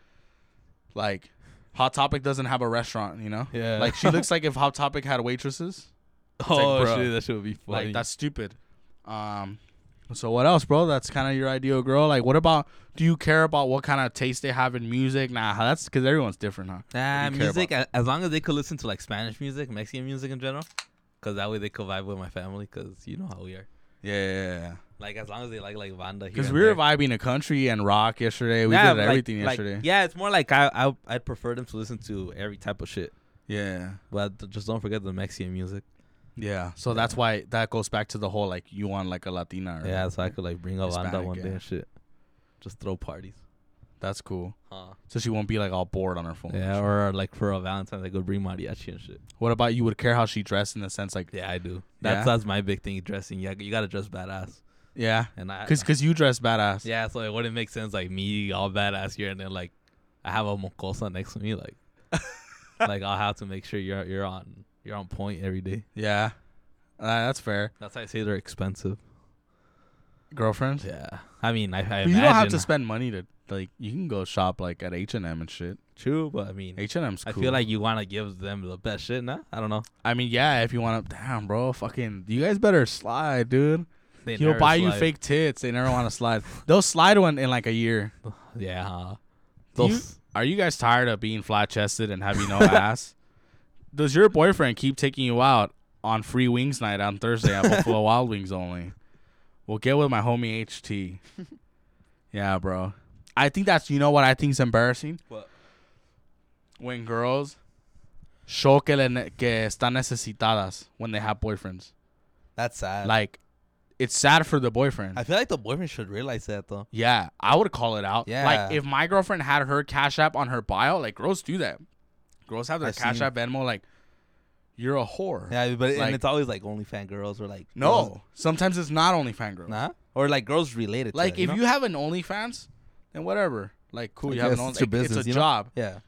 Speaker 1: like, Hot Topic doesn't have a restaurant, you know.
Speaker 2: Yeah. <laughs>
Speaker 1: Like, she looks like if Hot Topic had waitresses. like,
Speaker 2: oh
Speaker 1: bro.
Speaker 2: shit, that shit would be funny.
Speaker 1: Like, that's stupid. Um, so what else, bro? That's kind of your ideal girl. Like, what about? Do you care about what kind of taste they have in music? Nah, that's because everyone's different, huh?
Speaker 2: Nah,
Speaker 1: that you care
Speaker 2: music. a- As long as they could listen to like Spanish music, Mexican music in general, because that way they could vibe with my family. Because you know how we are.
Speaker 1: Yeah, yeah, yeah.
Speaker 2: Like as long as they like like banda. here
Speaker 1: Because
Speaker 2: and
Speaker 1: we were
Speaker 2: there.
Speaker 1: vibing to country and rock yesterday. We
Speaker 2: Nah,
Speaker 1: did
Speaker 2: like-
Speaker 1: everything
Speaker 2: like-
Speaker 1: yesterday.
Speaker 2: yeah, it's more like I, I I'd prefer them to listen to every type of shit,
Speaker 1: yeah.
Speaker 2: but th- just don't forget the Mexican music.
Speaker 1: Yeah. So that's why that goes back to the whole like you want like a Latina. Right?
Speaker 2: Yeah, so I could like bring up banda
Speaker 1: Hispanic,
Speaker 2: one day
Speaker 1: yeah.
Speaker 2: and shit. Just throw parties.
Speaker 1: That's cool.
Speaker 2: Huh.
Speaker 1: So she won't be like all bored on her phone.
Speaker 2: Yeah, or like for a Valentine's, I could bring mariachi and shit.
Speaker 1: What about you? Would care how she dressed in the sense like
Speaker 2: Yeah, I do. That's
Speaker 1: Yeah?
Speaker 2: that's my big thing. Dressing. Yeah, you gotta dress badass.
Speaker 1: yeah,
Speaker 2: And I
Speaker 1: because you dress badass.
Speaker 2: Yeah, so it wouldn't make sense like me all badass here and then like I have a mocosa next to
Speaker 1: <laughs>
Speaker 2: me like like I'll have to make sure you're you're on you're on point every day.
Speaker 1: Yeah. Uh, that's fair.
Speaker 2: That's how I say they're expensive.
Speaker 1: Girlfriends.
Speaker 2: Yeah, I mean I, I
Speaker 1: But you don't have to
Speaker 2: imagine-
Speaker 1: spend money to like. You can go shop like at H and M and shit.
Speaker 2: true, but I mean
Speaker 1: H and M's.
Speaker 2: I
Speaker 1: Cool.
Speaker 2: feel like you want to give them the best shit. Nah, I don't know.
Speaker 1: I mean, yeah. If you want to, damn, bro, fucking, you guys better slide, dude.
Speaker 2: They
Speaker 1: He'll
Speaker 2: never
Speaker 1: buy you
Speaker 2: slide.
Speaker 1: fake tits. They never want to slide. They'll slide one in like a year.
Speaker 2: Yeah, huh?
Speaker 1: Do you-
Speaker 2: Those-
Speaker 1: Are you guys tired of being flat chested and having no ass? <laughs> Does your boyfriend keep taking you out on free wings night on Thursday at <laughs> Buffalo Wild Wings only? Well, get with my homie <laughs> HT. yeah, bro. I think that's you know what I think's embarrassing
Speaker 2: What?
Speaker 1: when girls show que, le ne- que están necesitadas when they have boyfriends.
Speaker 2: That's sad.
Speaker 1: Like, it's sad for the boyfriend.
Speaker 2: I feel like the boyfriend should realize that though.
Speaker 1: Yeah, I would call it out.
Speaker 2: Yeah.
Speaker 1: Like if my girlfriend had her Cash App on her bio, like girls do that. Girls have their
Speaker 2: I've
Speaker 1: Cash
Speaker 2: seen-
Speaker 1: App Venmo. Like you're a whore.
Speaker 2: Yeah, but and
Speaker 1: Like-
Speaker 2: it's always like OnlyFans girls or like
Speaker 1: No,
Speaker 2: girls-
Speaker 1: sometimes it's not OnlyFans girls.
Speaker 2: nah, or like girls related. to
Speaker 1: like
Speaker 2: it,
Speaker 1: if
Speaker 2: know?
Speaker 1: you have an OnlyFans, then whatever. Like cool,
Speaker 2: I
Speaker 1: you have an
Speaker 2: guess
Speaker 1: OnlyFans.
Speaker 2: it's your business,
Speaker 1: it's a
Speaker 2: you know?
Speaker 1: job.
Speaker 2: yeah,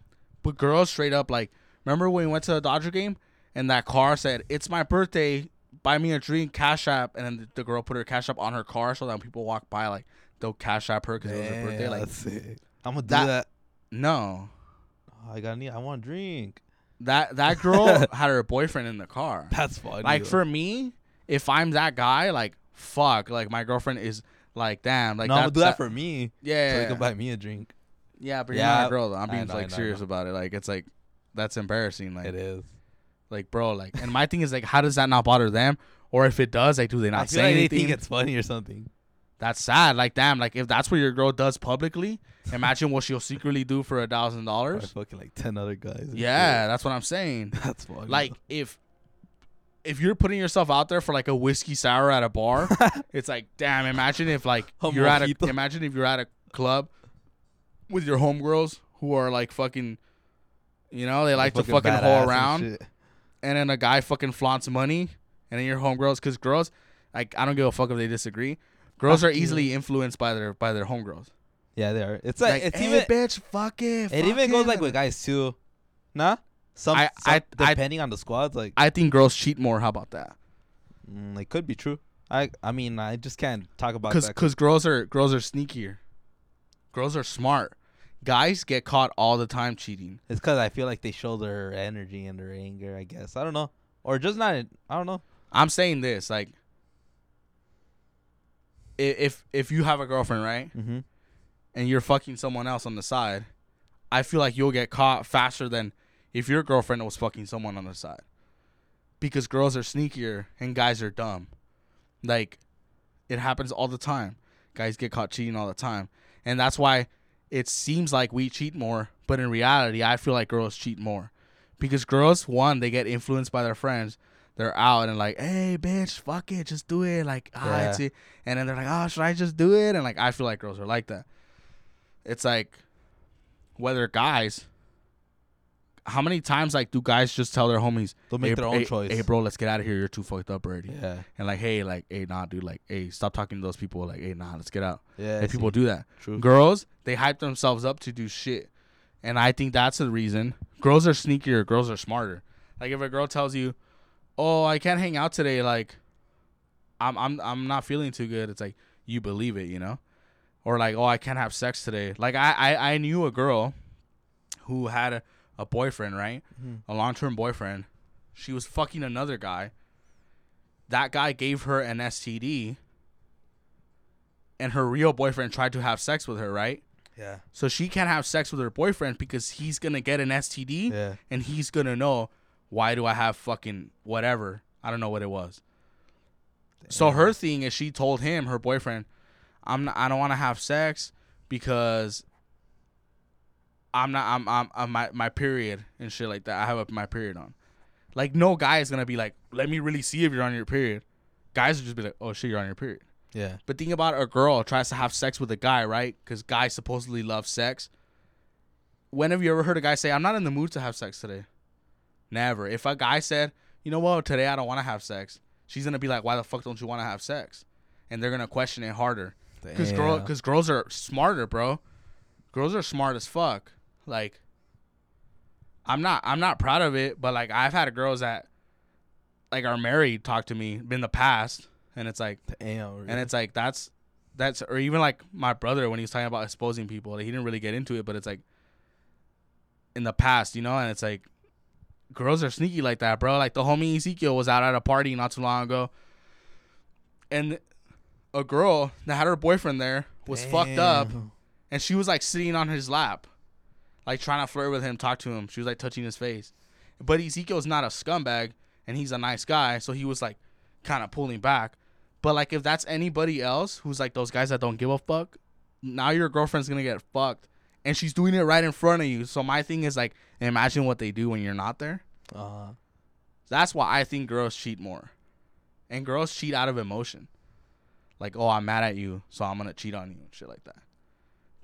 Speaker 1: But girls straight up like, remember when we went to the Dodger game and that car said, "It's my birthday, buy me a drink, Cash App," and then the- the girl put her Cash App on her car so that when people walk by like they'll Cash App her because it was her birthday. Like
Speaker 2: I'm gonna do
Speaker 1: That-
Speaker 2: that.
Speaker 1: no.
Speaker 2: Oh, I gotta need. I want
Speaker 1: <laughs>
Speaker 2: a drink.
Speaker 1: That that
Speaker 2: <laughs>
Speaker 1: girl had her boyfriend in the car.
Speaker 2: That's funny.
Speaker 1: Like
Speaker 2: though.
Speaker 1: for me, if I'm that guy, like fuck, like my girlfriend is like damn, like
Speaker 2: no, I'm gonna do
Speaker 1: that-
Speaker 2: that, for me.
Speaker 1: yeah,
Speaker 2: So you
Speaker 1: yeah,
Speaker 2: can buy me a drink.
Speaker 1: yeah, but
Speaker 2: Yeah,
Speaker 1: you're not a girl though. I'm
Speaker 2: I
Speaker 1: being
Speaker 2: know, I
Speaker 1: like
Speaker 2: know, I
Speaker 1: serious
Speaker 2: know.
Speaker 1: about it. Like it's like that's embarrassing. Like
Speaker 2: It is.
Speaker 1: like bro, like and my thing is like how does that not bother them? Or if it does, like do they
Speaker 2: I
Speaker 1: not
Speaker 2: feel
Speaker 1: say
Speaker 2: like they
Speaker 1: anything?
Speaker 2: think it's funny or something.
Speaker 1: that's sad. Like damn, like if that's what your girl does publicly, imagine what she'll secretly do for a thousand
Speaker 2: Or <laughs>
Speaker 1: dollars.
Speaker 2: fucking like ten other guys. and
Speaker 1: Yeah, that's what I'm saying.
Speaker 2: shit. <laughs> that's funny.
Speaker 1: like if if you're putting yourself out there for like a whiskey sour at a bar,
Speaker 2: <laughs>
Speaker 1: it's like damn. Imagine if like
Speaker 2: A
Speaker 1: you're at a
Speaker 2: mojito.
Speaker 1: imagine if you're at a club with your homegirls who are like fucking, you know, they like to fucking
Speaker 2: badass
Speaker 1: hoe
Speaker 2: and
Speaker 1: around, and,
Speaker 2: shit.
Speaker 1: then a guy fucking flaunts money, and then your homegirls, because girls, like I don't give a fuck if they disagree. Girls
Speaker 2: Fuck
Speaker 1: are easily influenced by their by their homegirls.
Speaker 2: Yeah, they are. It's
Speaker 1: Like,
Speaker 2: like, it's
Speaker 1: "Hey,
Speaker 2: even.
Speaker 1: bitch, fuck it.
Speaker 2: It
Speaker 1: fuck
Speaker 2: even goes like
Speaker 1: and-
Speaker 2: with guys too. Nah. Some,
Speaker 1: I-
Speaker 2: some-
Speaker 1: I- I-
Speaker 2: depending on the squads, like
Speaker 1: I think girls cheat more. How about that?
Speaker 2: mm, it could be true. I I mean I just can't talk about
Speaker 1: because
Speaker 2: that.
Speaker 1: because girls are girls are sneakier girls are smart guys get caught all the time cheating
Speaker 2: It's because I feel like they show their energy and their anger. I guess I don't know, or just not. I don't know.
Speaker 1: i'm saying this like i- if if you have a girlfriend right
Speaker 2: Mm-hmm.
Speaker 1: and you're fucking someone else on the side i feel like you'll get caught faster than if your girlfriend was fucking someone on the side. Because girls are sneakier and guys are dumb. Like it happens all the time. Guys get caught cheating all the time. And that's why it seems like we cheat more, but in reality, I feel like girls cheat more. Because girls, one, they get influenced by their friends. They're out and like, hey, bitch, fuck it, just do it. Like, ah,
Speaker 2: Yeah.
Speaker 1: it's it. And then they're like, oh, should I just do it? And like, I feel like girls are like that. It's like, whether guys, how many times like do guys just tell their homies,
Speaker 2: They'll make
Speaker 1: "Hey,
Speaker 2: their own
Speaker 1: hey-
Speaker 2: choice.
Speaker 1: Hey, bro, let's get out of here. You're too fucked up already.
Speaker 2: Yeah.
Speaker 1: And like, hey, like, hey, nah, dude, like, hey, stop talking to those people. Like, hey, nah, let's get out.
Speaker 2: Yeah. I
Speaker 1: And
Speaker 2: see.
Speaker 1: people do that.
Speaker 2: True.
Speaker 1: Girls, they hype themselves up to do shit. And I think that's the reason. Girls are sneakier, girls are smarter. Like if a girl tells you, Oh, I can't hang out today, like I'm I'm I'm not feeling too good, it's like you believe it, you know? Or like, oh I can't have sex today. Like I I, I knew a girl who had a, a boyfriend, right?
Speaker 2: Mhm.
Speaker 1: A long term boyfriend. She was fucking another guy. That guy gave her an STD and her real boyfriend tried to have sex with her, right?
Speaker 2: Yeah.
Speaker 1: So she can't have sex with her boyfriend because he's gonna get an STD
Speaker 2: Yeah.
Speaker 1: and he's gonna know why do I have fucking whatever. I don't know what it was. So her thing is she told him her boyfriend, I'm not, I don't want to have sex because I'm not I'm I'm, I'm my my period and shit like that. I have a, my period on. Like no guy is gonna be like, let me really see if you're on your period. Guys would just be like, oh shit, you're on your period.
Speaker 2: Yeah.
Speaker 1: But think about a girl tries to have sex with a guy, right? Because guys supposedly love sex. When have you ever heard a guy say, "I'm not in the mood to have sex today"? Never. If a guy said, "You know what? Today I don't want to have sex," she's gonna be like, "Why the fuck don't you want to have sex?" And they're gonna question it harder. Because girl, <laughs>
Speaker 2: Damn.
Speaker 1: cause girls are smarter, bro. Girls are smart as fuck. Like, I'm not, I'm not proud of it, but like, I've had girls that, like, are married talk to me in the past, and it's like,
Speaker 2: Damn.
Speaker 1: and it's like that's that's or even like my brother when he's talking about exposing people, like, he didn't really get into it, but it's like in the past, you know, and it's like girls are sneaky like that, bro. Like the homie Ezekiel was out at a party not too long ago, and a girl that had her boyfriend there was fucked up,
Speaker 2: Damn.
Speaker 1: and she was like sitting on his lap, like trying to flirt with him, talk to him. She was like touching his face, but Ezekiel's not a scumbag, and he's a nice guy, so he was like kind of pulling back. But like, if that's anybody else who's like those guys that don't give a fuck, now your girlfriend's gonna get fucked, and she's doing it right in front of you. So my thing is like, imagine what they do when you're not there.
Speaker 2: Uh,
Speaker 1: That's why I think girls cheat more. And girls cheat out of emotion. Like, oh, I'm mad at you, so I'm going to cheat on you and shit like that.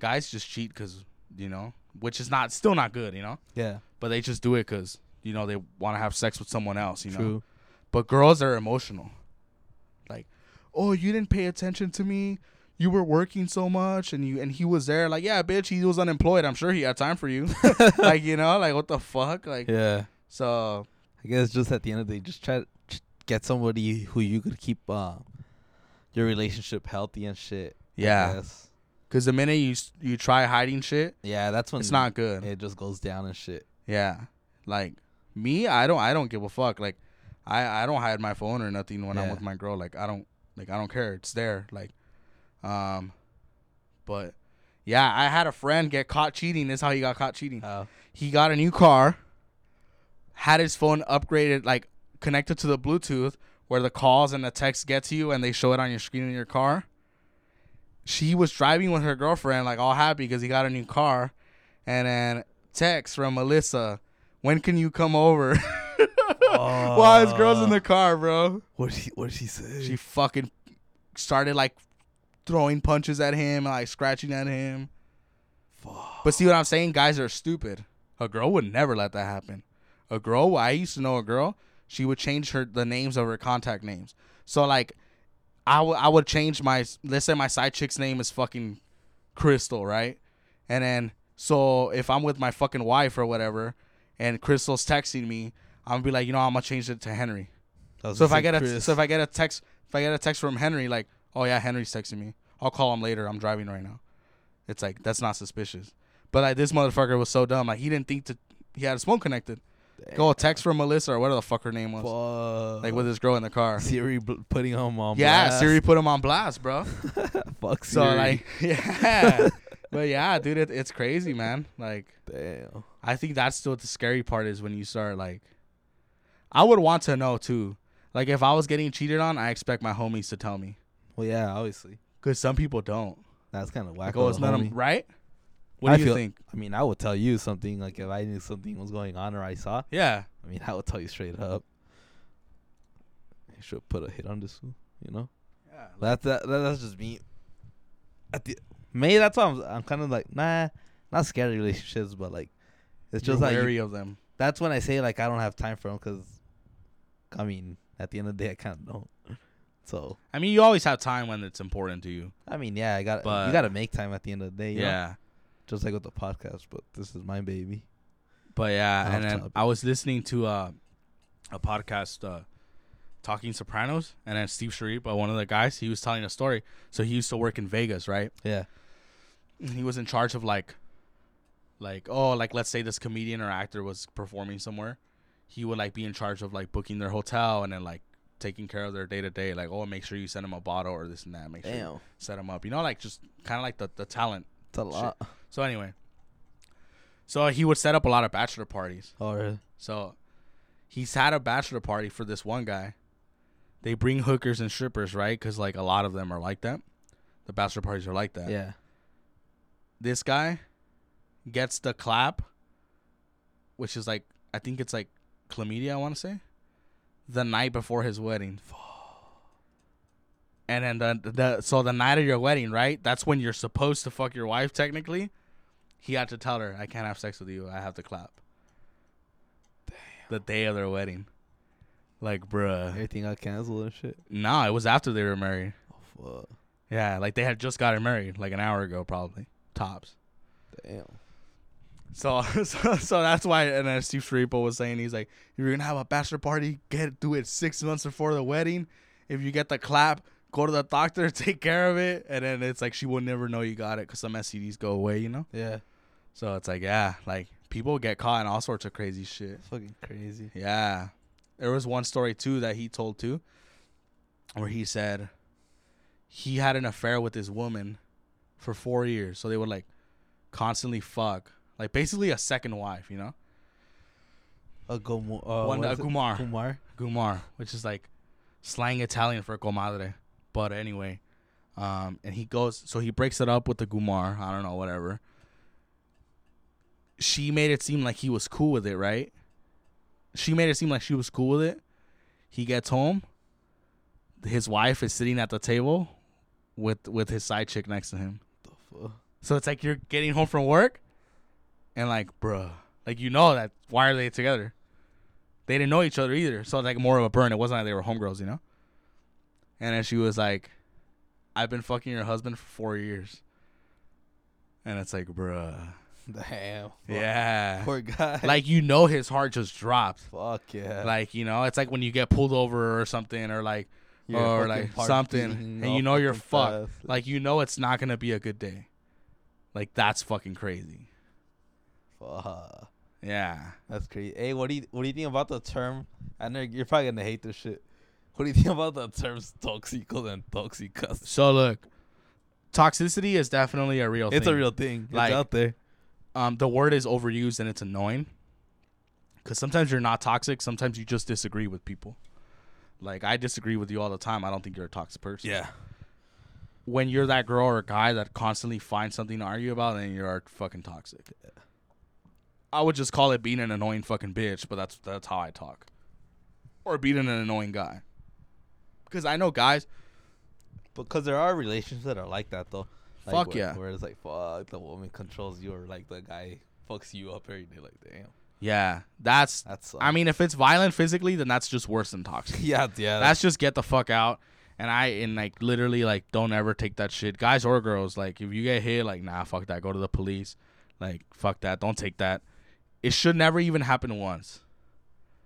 Speaker 1: Guys just cheat because, you know, which is not, still not good, you know?
Speaker 2: yeah.
Speaker 1: But they just do it because, you know, they want to have sex with someone else, you know?
Speaker 2: True.
Speaker 1: But girls are emotional. Like, oh, you didn't pay attention to me. You were working so much, and you and he was there. Like, yeah, bitch, he was unemployed. I'm sure he had time for
Speaker 2: <laughs>
Speaker 1: you. like, you know, like what the fuck? Like,
Speaker 2: Yeah.
Speaker 1: so
Speaker 2: I guess just at the end of the day, just try to ch- get somebody who you could keep uh, your relationship healthy and shit. I
Speaker 1: Yeah.
Speaker 2: guess.
Speaker 1: Cause the minute you s- you try hiding shit,
Speaker 2: Yeah, that's when
Speaker 1: it's not good.
Speaker 2: It just goes down and shit.
Speaker 1: yeah, like me, I don't I don't give a fuck. Like I I don't hide my phone or nothing when I'm
Speaker 2: Yeah.
Speaker 1: with my girl. Like I don't like I don't care. It's there. Like, um, but yeah, I had a friend get caught cheating. This is how he got caught cheating.
Speaker 2: Oh.
Speaker 1: He got a new car, had his phone upgraded, like connected to the Bluetooth, where the calls and the texts get to you, and they show it on your screen in your car. She was driving with her girlfriend, like all happy because he got a new car, and then text from Melissa, "When can you come over?" <laughs> While his girl's in the car, bro,
Speaker 2: What did she What did she say?
Speaker 1: she fucking started like throwing punches at him, like scratching at him.
Speaker 2: Fuck.
Speaker 1: But see what I'm saying? Guys are stupid. A girl would never let that happen. A girl, I used to know a girl, she would change her the names of her contact names. So like, I would I would change my let's say my side chick's name is fucking Crystal, right? And then so if I'm with my fucking wife or whatever, and Crystal's texting me, I'm gonna be like, you know, I'm gonna change it to Henry.
Speaker 2: I was
Speaker 1: So if
Speaker 2: gonna
Speaker 1: I
Speaker 2: say
Speaker 1: get a
Speaker 2: Chris.
Speaker 1: so if I get a text if I get a text from Henry like, oh yeah, Henry's texting me. I'll call him later. I'm driving right now. It's like that's not suspicious. But like this motherfucker was so dumb. Like he didn't think to he had his phone connected. Go a text from Melissa or whatever the fuck her name was.
Speaker 2: Fuck.
Speaker 1: Like with his girl in the car.
Speaker 2: <laughs> Siri bl- putting him on.
Speaker 1: Yeah,
Speaker 2: blast.
Speaker 1: Siri put him on blast, bro.
Speaker 2: <laughs> Fuck
Speaker 1: So <laughs>
Speaker 2: Siri.
Speaker 1: like yeah. but yeah, dude, it, it's crazy, man. Like
Speaker 2: damn.
Speaker 1: I think that's still what the scary part is when you start like. I would want to know too. Like if I was getting cheated on, I expect my homies to tell me.
Speaker 2: Well, yeah, obviously.
Speaker 1: Cause some people don't.
Speaker 2: That's kind of wacko.
Speaker 1: Like, oh, it's
Speaker 2: homie.
Speaker 1: none of 'em- right. What
Speaker 2: I
Speaker 1: do you
Speaker 2: feel-
Speaker 1: think?
Speaker 2: I mean, I would tell you something like if I knew something was going on or I saw.
Speaker 1: Yeah,
Speaker 2: I mean, I would tell you straight up. You should put a hit on this, fool, you know.
Speaker 1: yeah.
Speaker 2: That, that, that that's just me. At the May that's why I'm I'm kind of like nah, not scared of relationships, but like it's just
Speaker 1: You're
Speaker 2: like
Speaker 1: wary of them.
Speaker 2: that's when I say like I don't have time for them because, I mean, at the end of the day, I kind of don't. So
Speaker 1: I mean, you always have time when it's important to you.
Speaker 2: I mean, yeah, I got
Speaker 1: But-
Speaker 2: you got to make time at the end of the day.
Speaker 1: Yeah,
Speaker 2: you know? just like with the podcast, but this is my baby.
Speaker 1: but yeah,
Speaker 2: Off
Speaker 1: and then
Speaker 2: topic.
Speaker 1: I was listening to uh, a podcast, uh, Talking Sopranos, and then Steve Sharif, uh, one of the guys, he was telling a story. So he used to work in Vegas, right?
Speaker 2: Yeah,
Speaker 1: and he was in charge of like like oh like let's say this comedian or actor was performing somewhere he would like be in charge of like booking their hotel and then like taking care of their day to day like oh make sure you send them a bottle or this and that make sure you
Speaker 2: damn,
Speaker 1: set them up you know like just kind of like the, the talent
Speaker 2: it's a lot.
Speaker 1: so anyway so he would set up a lot of bachelor parties
Speaker 2: Oh, really?
Speaker 1: so he's had a bachelor party for this one guy. They bring hookers and strippers, right? Because like a lot of them are like that. The bachelor parties are like that.
Speaker 2: yeah.
Speaker 1: This guy gets the clap, which is like I think it's like chlamydia. I want to say the night before his wedding. And then the, the so the night of your wedding, right? That's when you're supposed to fuck your wife technically. He had to tell her, "I can't have sex with you. I have to clap." The day of their wedding, like bruh.
Speaker 2: Everything got canceled and shit.
Speaker 1: Nah, it was after they were married.
Speaker 2: Oh, fuck.
Speaker 1: Yeah, like they had just gotten married, like an hour ago probably, tops.
Speaker 2: Damn.
Speaker 1: So, <laughs> so, so that's why. And then Steve Sharipo was saying he's like, if you're gonna have a bachelor party, get do it six months before the wedding. If you get the clap, go to the doctor, <laughs> take care of it, and then it's like she will never know you got it because some STDs go away, you know.
Speaker 2: Yeah.
Speaker 1: So it's like, yeah, like people get caught in all sorts of crazy shit.
Speaker 2: It's fucking crazy.
Speaker 1: Yeah. There was one story too that he told too where he said he had an affair with this woman for 4 years. So they would like constantly fuck. Like basically a second wife, you know?
Speaker 2: A gomu. Uh,
Speaker 1: One
Speaker 2: what
Speaker 1: a
Speaker 2: is it?
Speaker 1: Kumar.
Speaker 2: Kumar.
Speaker 1: Gumar, which is like slang Italian for comadre. But anyway, um, and he goes, so he breaks it up with the Gumar. I don't know, whatever. She made it seem like he was cool with it, right? She made it seem like she was cool with it. He gets home. His wife is sitting at the table with with his side chick next to him.
Speaker 2: The fuck.
Speaker 1: So it's like you're getting home from work, and like, bruh, like you know that why are they together? They didn't know each other either, so like more of a burn. It wasn't like they were homegirls, you know. And then she was like, "I've been fucking your husband for four years," and it's like, bruh,
Speaker 2: Damn. Fuck.
Speaker 1: yeah,
Speaker 2: Poor guy.
Speaker 1: like you know his heart just dropped.
Speaker 2: fuck yeah.
Speaker 1: Like you know, it's like when you get pulled over or something, or like
Speaker 2: Your
Speaker 1: or
Speaker 2: fucking
Speaker 1: like
Speaker 2: heart
Speaker 1: something,
Speaker 2: beating
Speaker 1: and
Speaker 2: all
Speaker 1: you know you're
Speaker 2: fucking
Speaker 1: fucked.
Speaker 2: fast.
Speaker 1: Like you know it's not gonna be a good day. Like that's fucking crazy.
Speaker 2: Fuck.
Speaker 1: Yeah.
Speaker 2: That's crazy. Hey, what do you what do you think about the term? I know you're probably gonna hate this shit. What do you think about the terms toxicos and toxicas?
Speaker 1: So look, toxicity is definitely a real.
Speaker 2: It's
Speaker 1: thing.
Speaker 2: a real thing.
Speaker 1: Like-
Speaker 2: it's out there.
Speaker 1: Um, the word is overused and it's annoying. Cause sometimes you're not toxic. Sometimes you just disagree with people. Like I disagree with you all the time. I don't think you're a toxic person.
Speaker 2: Yeah.
Speaker 1: When you're that girl or guy that constantly finds something to argue about, then you're fucking toxic. I would just call it being an annoying fucking bitch, but that's that's how I talk. Or being an annoying guy. Because I know guys.
Speaker 2: Because there are relations that are like that though. Like,
Speaker 1: Fuck
Speaker 2: where,
Speaker 1: yeah.
Speaker 2: Where it's like fuck the woman controls you or like the guy fucks you up every day. Like damn.
Speaker 1: Yeah, that's
Speaker 2: That's
Speaker 1: I mean, if it's violent physically, then that's just worse than toxic.
Speaker 2: <laughs> yeah yeah
Speaker 1: That's just get the fuck out. And I and like literally like don't ever take that shit, guys or girls. Like if you get hit, like nah, fuck that. Go to the police. Like fuck that. Don't take that. It should never even happen once.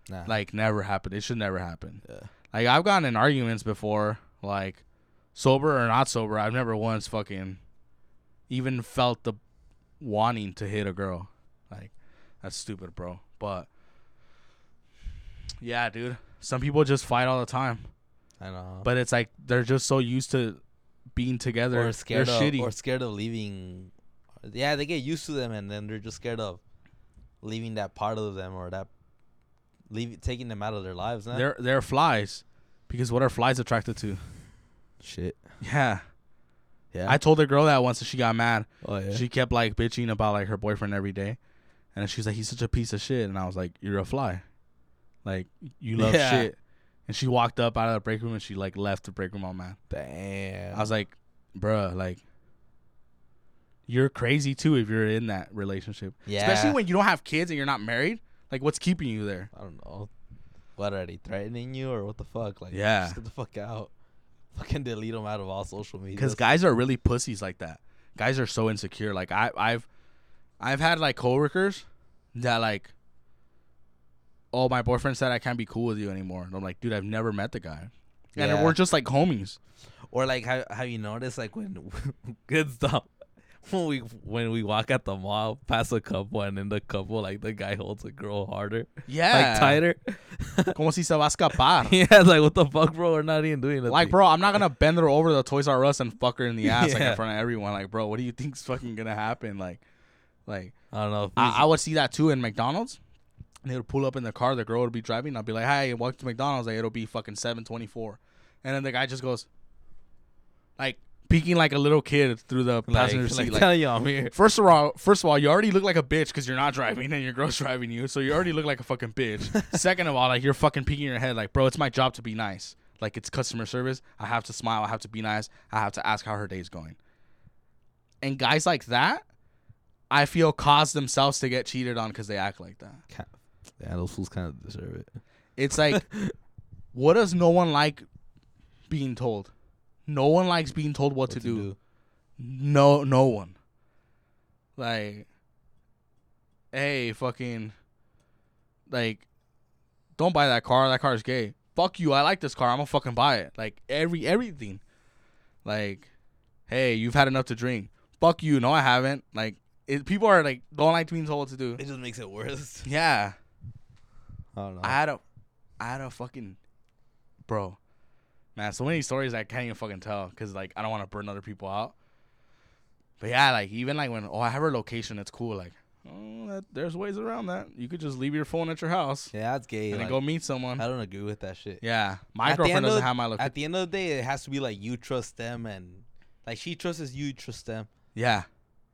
Speaker 2: nah.
Speaker 1: Like never happen. It should never happen.
Speaker 2: Yeah.
Speaker 1: Like I've gotten in arguments before, like sober or not sober. I've never once fucking even felt the wanting to hit a girl. Like that's stupid, bro. But yeah, dude. Some people just fight all the time,
Speaker 2: I know.
Speaker 1: but it's like they're just so used to being together.
Speaker 2: or scared
Speaker 1: they're
Speaker 2: of
Speaker 1: shitty.
Speaker 2: or scared of leaving. Yeah, they get used to them and then they're just scared of leaving that part of them or that leave taking them out of their lives now.
Speaker 1: They're they're flies, because what are flies attracted to?
Speaker 2: Shit.
Speaker 1: Yeah.
Speaker 2: Yeah.
Speaker 1: I told the girl that once, and she got mad.
Speaker 2: oh yeah.
Speaker 1: She kept like bitching about like her boyfriend every day, and she's like, "He's such a piece of shit." And I was like, "You're a fly, like you love
Speaker 2: Yeah.
Speaker 1: shit." And she walked up out of the break room and she like left the break room all mad.
Speaker 2: Damn.
Speaker 1: I was like, "Bruh, like you're crazy too if you're in that relationship,
Speaker 2: yeah.
Speaker 1: especially when you don't have kids and you're not married. Like, what's keeping you there?"
Speaker 2: I don't know. What are they threatening you or what the fuck? Like,
Speaker 1: Yeah.
Speaker 2: just get the fuck out. <laughs> Fucking delete them out of all social media.
Speaker 1: because guys are really pussies like that. Guys are so insecure. Like I, I've, I've had like coworkers that like, oh my boyfriend said I can't be cool with you anymore, and I'm like, dude, I've never met the guy,
Speaker 2: Yeah.
Speaker 1: and we're just like homies.
Speaker 2: or like, have have you noticed like when <laughs>
Speaker 4: Good stuff. When we when we walk at the mall past a couple and then the couple like the guy holds a girl harder
Speaker 1: Yeah,
Speaker 4: like tighter
Speaker 1: <laughs> Como si se va a
Speaker 2: <laughs>
Speaker 1: escapar.
Speaker 4: yeah it's like what the fuck bro we're not even doing nothing.
Speaker 1: Like, bro, I'm not gonna bend her over the Toys R Us and fuck her in the ass like
Speaker 4: Yeah.
Speaker 1: in front of everyone. Like, bro, what do you think's fucking gonna happen? Like, like
Speaker 4: I don't know if
Speaker 1: I, I would see that too in McDonald's. They would pull up in the car. The girl would be driving. I'd be like, "Hi, welcome to McDonald's." Like, it'll be fucking seven twenty four, and then the guy just goes, like peeking like a little kid through the passenger
Speaker 4: like, <laughs>
Speaker 1: seat.
Speaker 4: like,
Speaker 1: Like,
Speaker 4: telling you I'm here
Speaker 1: first of all, first of all, you already look like a bitch because you're not driving and your girl's <laughs> driving you, so you already look like a fucking <laughs> bitch. Second of all, like you're fucking peeking your head. Like, bro, it's my job to be nice. Like, it's customer service. I have to smile. I have to be nice. I have to ask how her day's going. And guys like that, I feel cause themselves to get cheated on because they act like that.
Speaker 2: yeah, those fools kind of deserve it.
Speaker 1: It's <laughs> like, what does no one like being told? No one likes being told what, to, do. No, no one. Like, hey, fucking, like, don't buy that car. That car's gay. Fuck you. I like this car. I'm gonna fucking buy it. Like every everything. Like, hey, you've had enough to drink. Fuck you. No, I haven't. Like, it, people are like don't like being told what to do.
Speaker 2: It just makes it worse.
Speaker 1: Yeah.
Speaker 2: <laughs> I don't know.
Speaker 1: I had a, I had a fucking, bro, man. So many stories I can't even fucking tell because like I don't want to burn other people out. But yeah, like even like when oh I have her location, it's cool. Like oh, that, there's ways around that. You could just leave your phone at your house
Speaker 2: yeah, that's gay.
Speaker 1: and then
Speaker 2: Like,
Speaker 1: go meet someone.
Speaker 2: I don't agree with that shit.
Speaker 1: Yeah, my
Speaker 2: At the
Speaker 1: girlfriend
Speaker 2: end of
Speaker 1: doesn't
Speaker 2: the-
Speaker 1: have my location.
Speaker 2: At the end of the day, it has to be like you trust them and like she trusts you, you trust them.
Speaker 1: Yeah,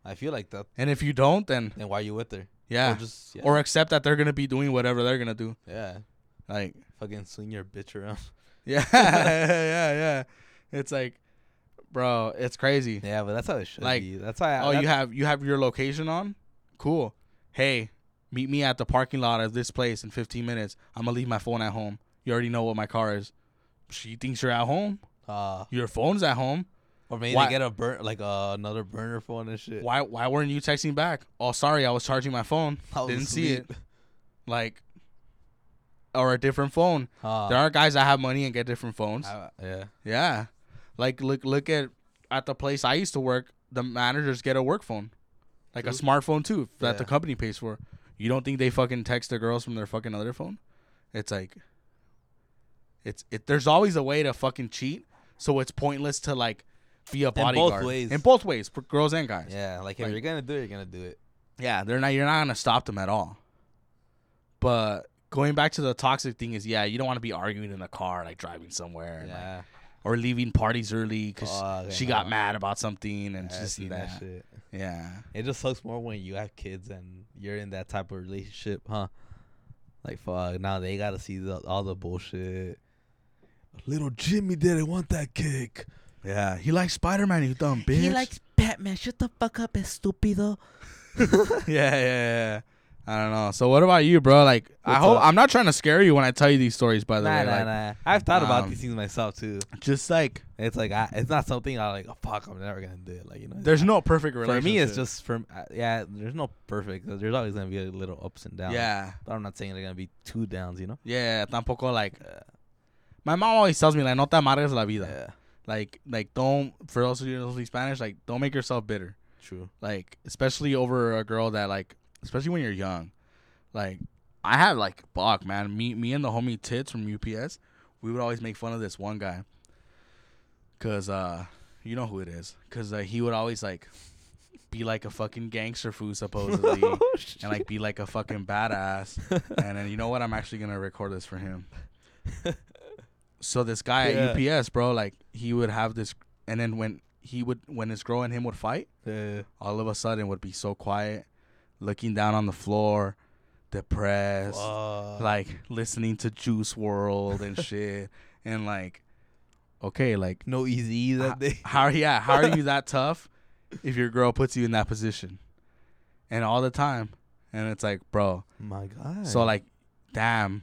Speaker 2: I feel like that.
Speaker 1: and if you don't, then
Speaker 2: Then why are you with her?
Speaker 1: yeah,
Speaker 2: Or
Speaker 1: or,
Speaker 2: just yeah.
Speaker 1: accept that they're gonna be doing whatever they're gonna do.
Speaker 2: yeah.
Speaker 1: Like <laughs>
Speaker 2: Fucking swing your bitch around. <laughs>
Speaker 1: yeah, yeah, yeah. It's like, bro, it's crazy.
Speaker 2: Yeah, but that's how it should
Speaker 1: Like,
Speaker 2: be. That's why. I,
Speaker 1: Oh, you
Speaker 2: that's-
Speaker 1: have you have your location on? Cool. Hey, meet me at the parking lot of this place in 15 minutes. I'm gonna leave my phone at home. You already know what my car is. She thinks you're at home.
Speaker 2: Uh,
Speaker 1: Your phone's at home.
Speaker 2: or maybe
Speaker 1: why-
Speaker 2: they get a burn like uh, another burner phone and shit.
Speaker 1: Why why weren't you texting back? Oh, sorry, I was charging my phone.
Speaker 2: <laughs> I was
Speaker 1: Didn't see it.
Speaker 2: asleep.
Speaker 1: Like or a different phone.
Speaker 2: Uh,
Speaker 1: there are guys that have money and get different phones.
Speaker 2: I- yeah.
Speaker 1: yeah. Like look look at at the place I used to work, the managers get a work phone. Like a smartphone too that the
Speaker 2: Yeah.
Speaker 1: company pays for. You don't think they fucking text the girls from their fucking other phone? It's like it's it there's always a way to fucking cheat, so it's pointless to like be a bodyguard.
Speaker 2: ways.
Speaker 1: In both ways, for girls and guys. Yeah.
Speaker 2: Yeah. Like if
Speaker 1: Like-
Speaker 2: you're gonna do it, you're gonna do it.
Speaker 1: they're not you're not gonna stop them at all. But going back to the toxic thing is yeah, you don't want to be arguing in the car, like driving somewhere and like,
Speaker 2: Yeah.
Speaker 1: or leaving parties early because
Speaker 2: Fuck,
Speaker 1: she
Speaker 2: yeah.
Speaker 1: got mad about something and
Speaker 2: I've
Speaker 1: just
Speaker 2: seen
Speaker 1: that.
Speaker 2: that shit.
Speaker 1: Yeah,
Speaker 2: It just sucks more when you have kids and you're in that type of relationship, huh? Like fuck, now they gotta see the, all the bullshit. Little Jimmy didn't want that cake.
Speaker 1: yeah. He likes Spider Man. You dumb bitch. <laughs>
Speaker 4: Batman shut the fuck up estupido
Speaker 1: yeah, yeah, yeah. I don't know. So what about you, bro? Like, I
Speaker 2: What's
Speaker 1: hope
Speaker 2: up?
Speaker 1: I'm not trying to scare you when I tell you these stories. By the
Speaker 2: Nah,
Speaker 1: way,
Speaker 2: nah,
Speaker 1: like,
Speaker 2: nah. I've thought about
Speaker 1: um,
Speaker 2: these things myself too.
Speaker 1: just like
Speaker 2: It's like I, it's not something I like. Oh, fuck, I'm never gonna do it. Like you know,
Speaker 1: there's no perfect
Speaker 2: for
Speaker 1: relationship.
Speaker 2: me it's just for uh, yeah. There's no perfect. There's always gonna be a little ups and downs.
Speaker 1: yeah,
Speaker 2: but I'm not saying they're gonna be two downs. You know.
Speaker 1: yeah. Tampoco like. uh, My mom always tells me like, "No te amargues la vida."
Speaker 2: Yeah.
Speaker 1: Like, like don't. For those of you who don't speak Spanish, like, don't make yourself bitter.
Speaker 2: <laughs> True.
Speaker 1: like especially over a girl that like especially when you're young like i have like fuck man me me and the homie tits from ups we would always make fun of this one guy because uh you know who it is because uh, he would always like be like a fucking gangster food supposedly,
Speaker 2: <laughs> Oh,
Speaker 1: and like be like a fucking badass.
Speaker 2: Uh,
Speaker 1: And then you know what? I'm actually gonna record this for him. so this guy at UPS, bro, like he would have this, and then when he would, when his girl and him would fight,
Speaker 2: Yeah.
Speaker 1: all of a sudden would be so quiet, looking down on the floor, depressed,
Speaker 2: Fuck.
Speaker 1: like listening to Juice World and shit, and like, okay, like
Speaker 2: no easy that day.
Speaker 1: how yeah, how are you that tough if your girl puts you in that position, and all the time, and it's like, bro,
Speaker 2: My God. <laughs>
Speaker 1: so like, damn,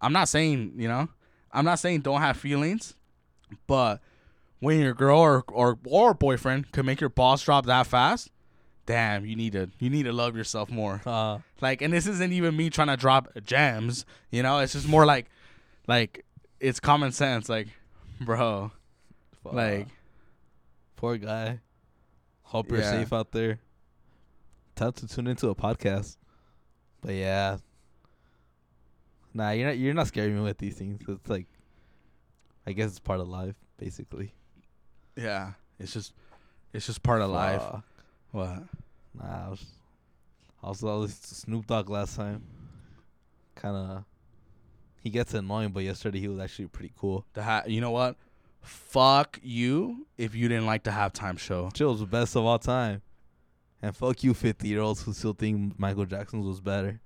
Speaker 1: I'm not saying you know, I'm not saying don't have feelings, but when your girl or or, or boyfriend could make your balls drop that fast, damn, you need to you need to love yourself more.
Speaker 5: Uh,
Speaker 1: Like, and this isn't even me trying to drop jams, you know. It's just more like, like it's common sense. Like, bro,
Speaker 2: Fuck.
Speaker 1: like
Speaker 2: poor guy. Hope you're
Speaker 1: Yeah.
Speaker 2: safe out there. Time to tune into a podcast. But yeah. Nah, you're not you're not scaring me with these things. It's like I guess it's part of life, basically.
Speaker 1: yeah, it's just it's just part of life.
Speaker 2: Fuck.
Speaker 1: What?
Speaker 2: Nah, I was also I was Snoop Dogg last time. Kinda he gets annoying, but yesterday he was actually pretty cool.
Speaker 1: The ha- you know what? Fuck you if you didn't like the halftime show.
Speaker 2: Chill's the best of all time. And fuck you, 50 year olds who still think Michael Jackson's was better.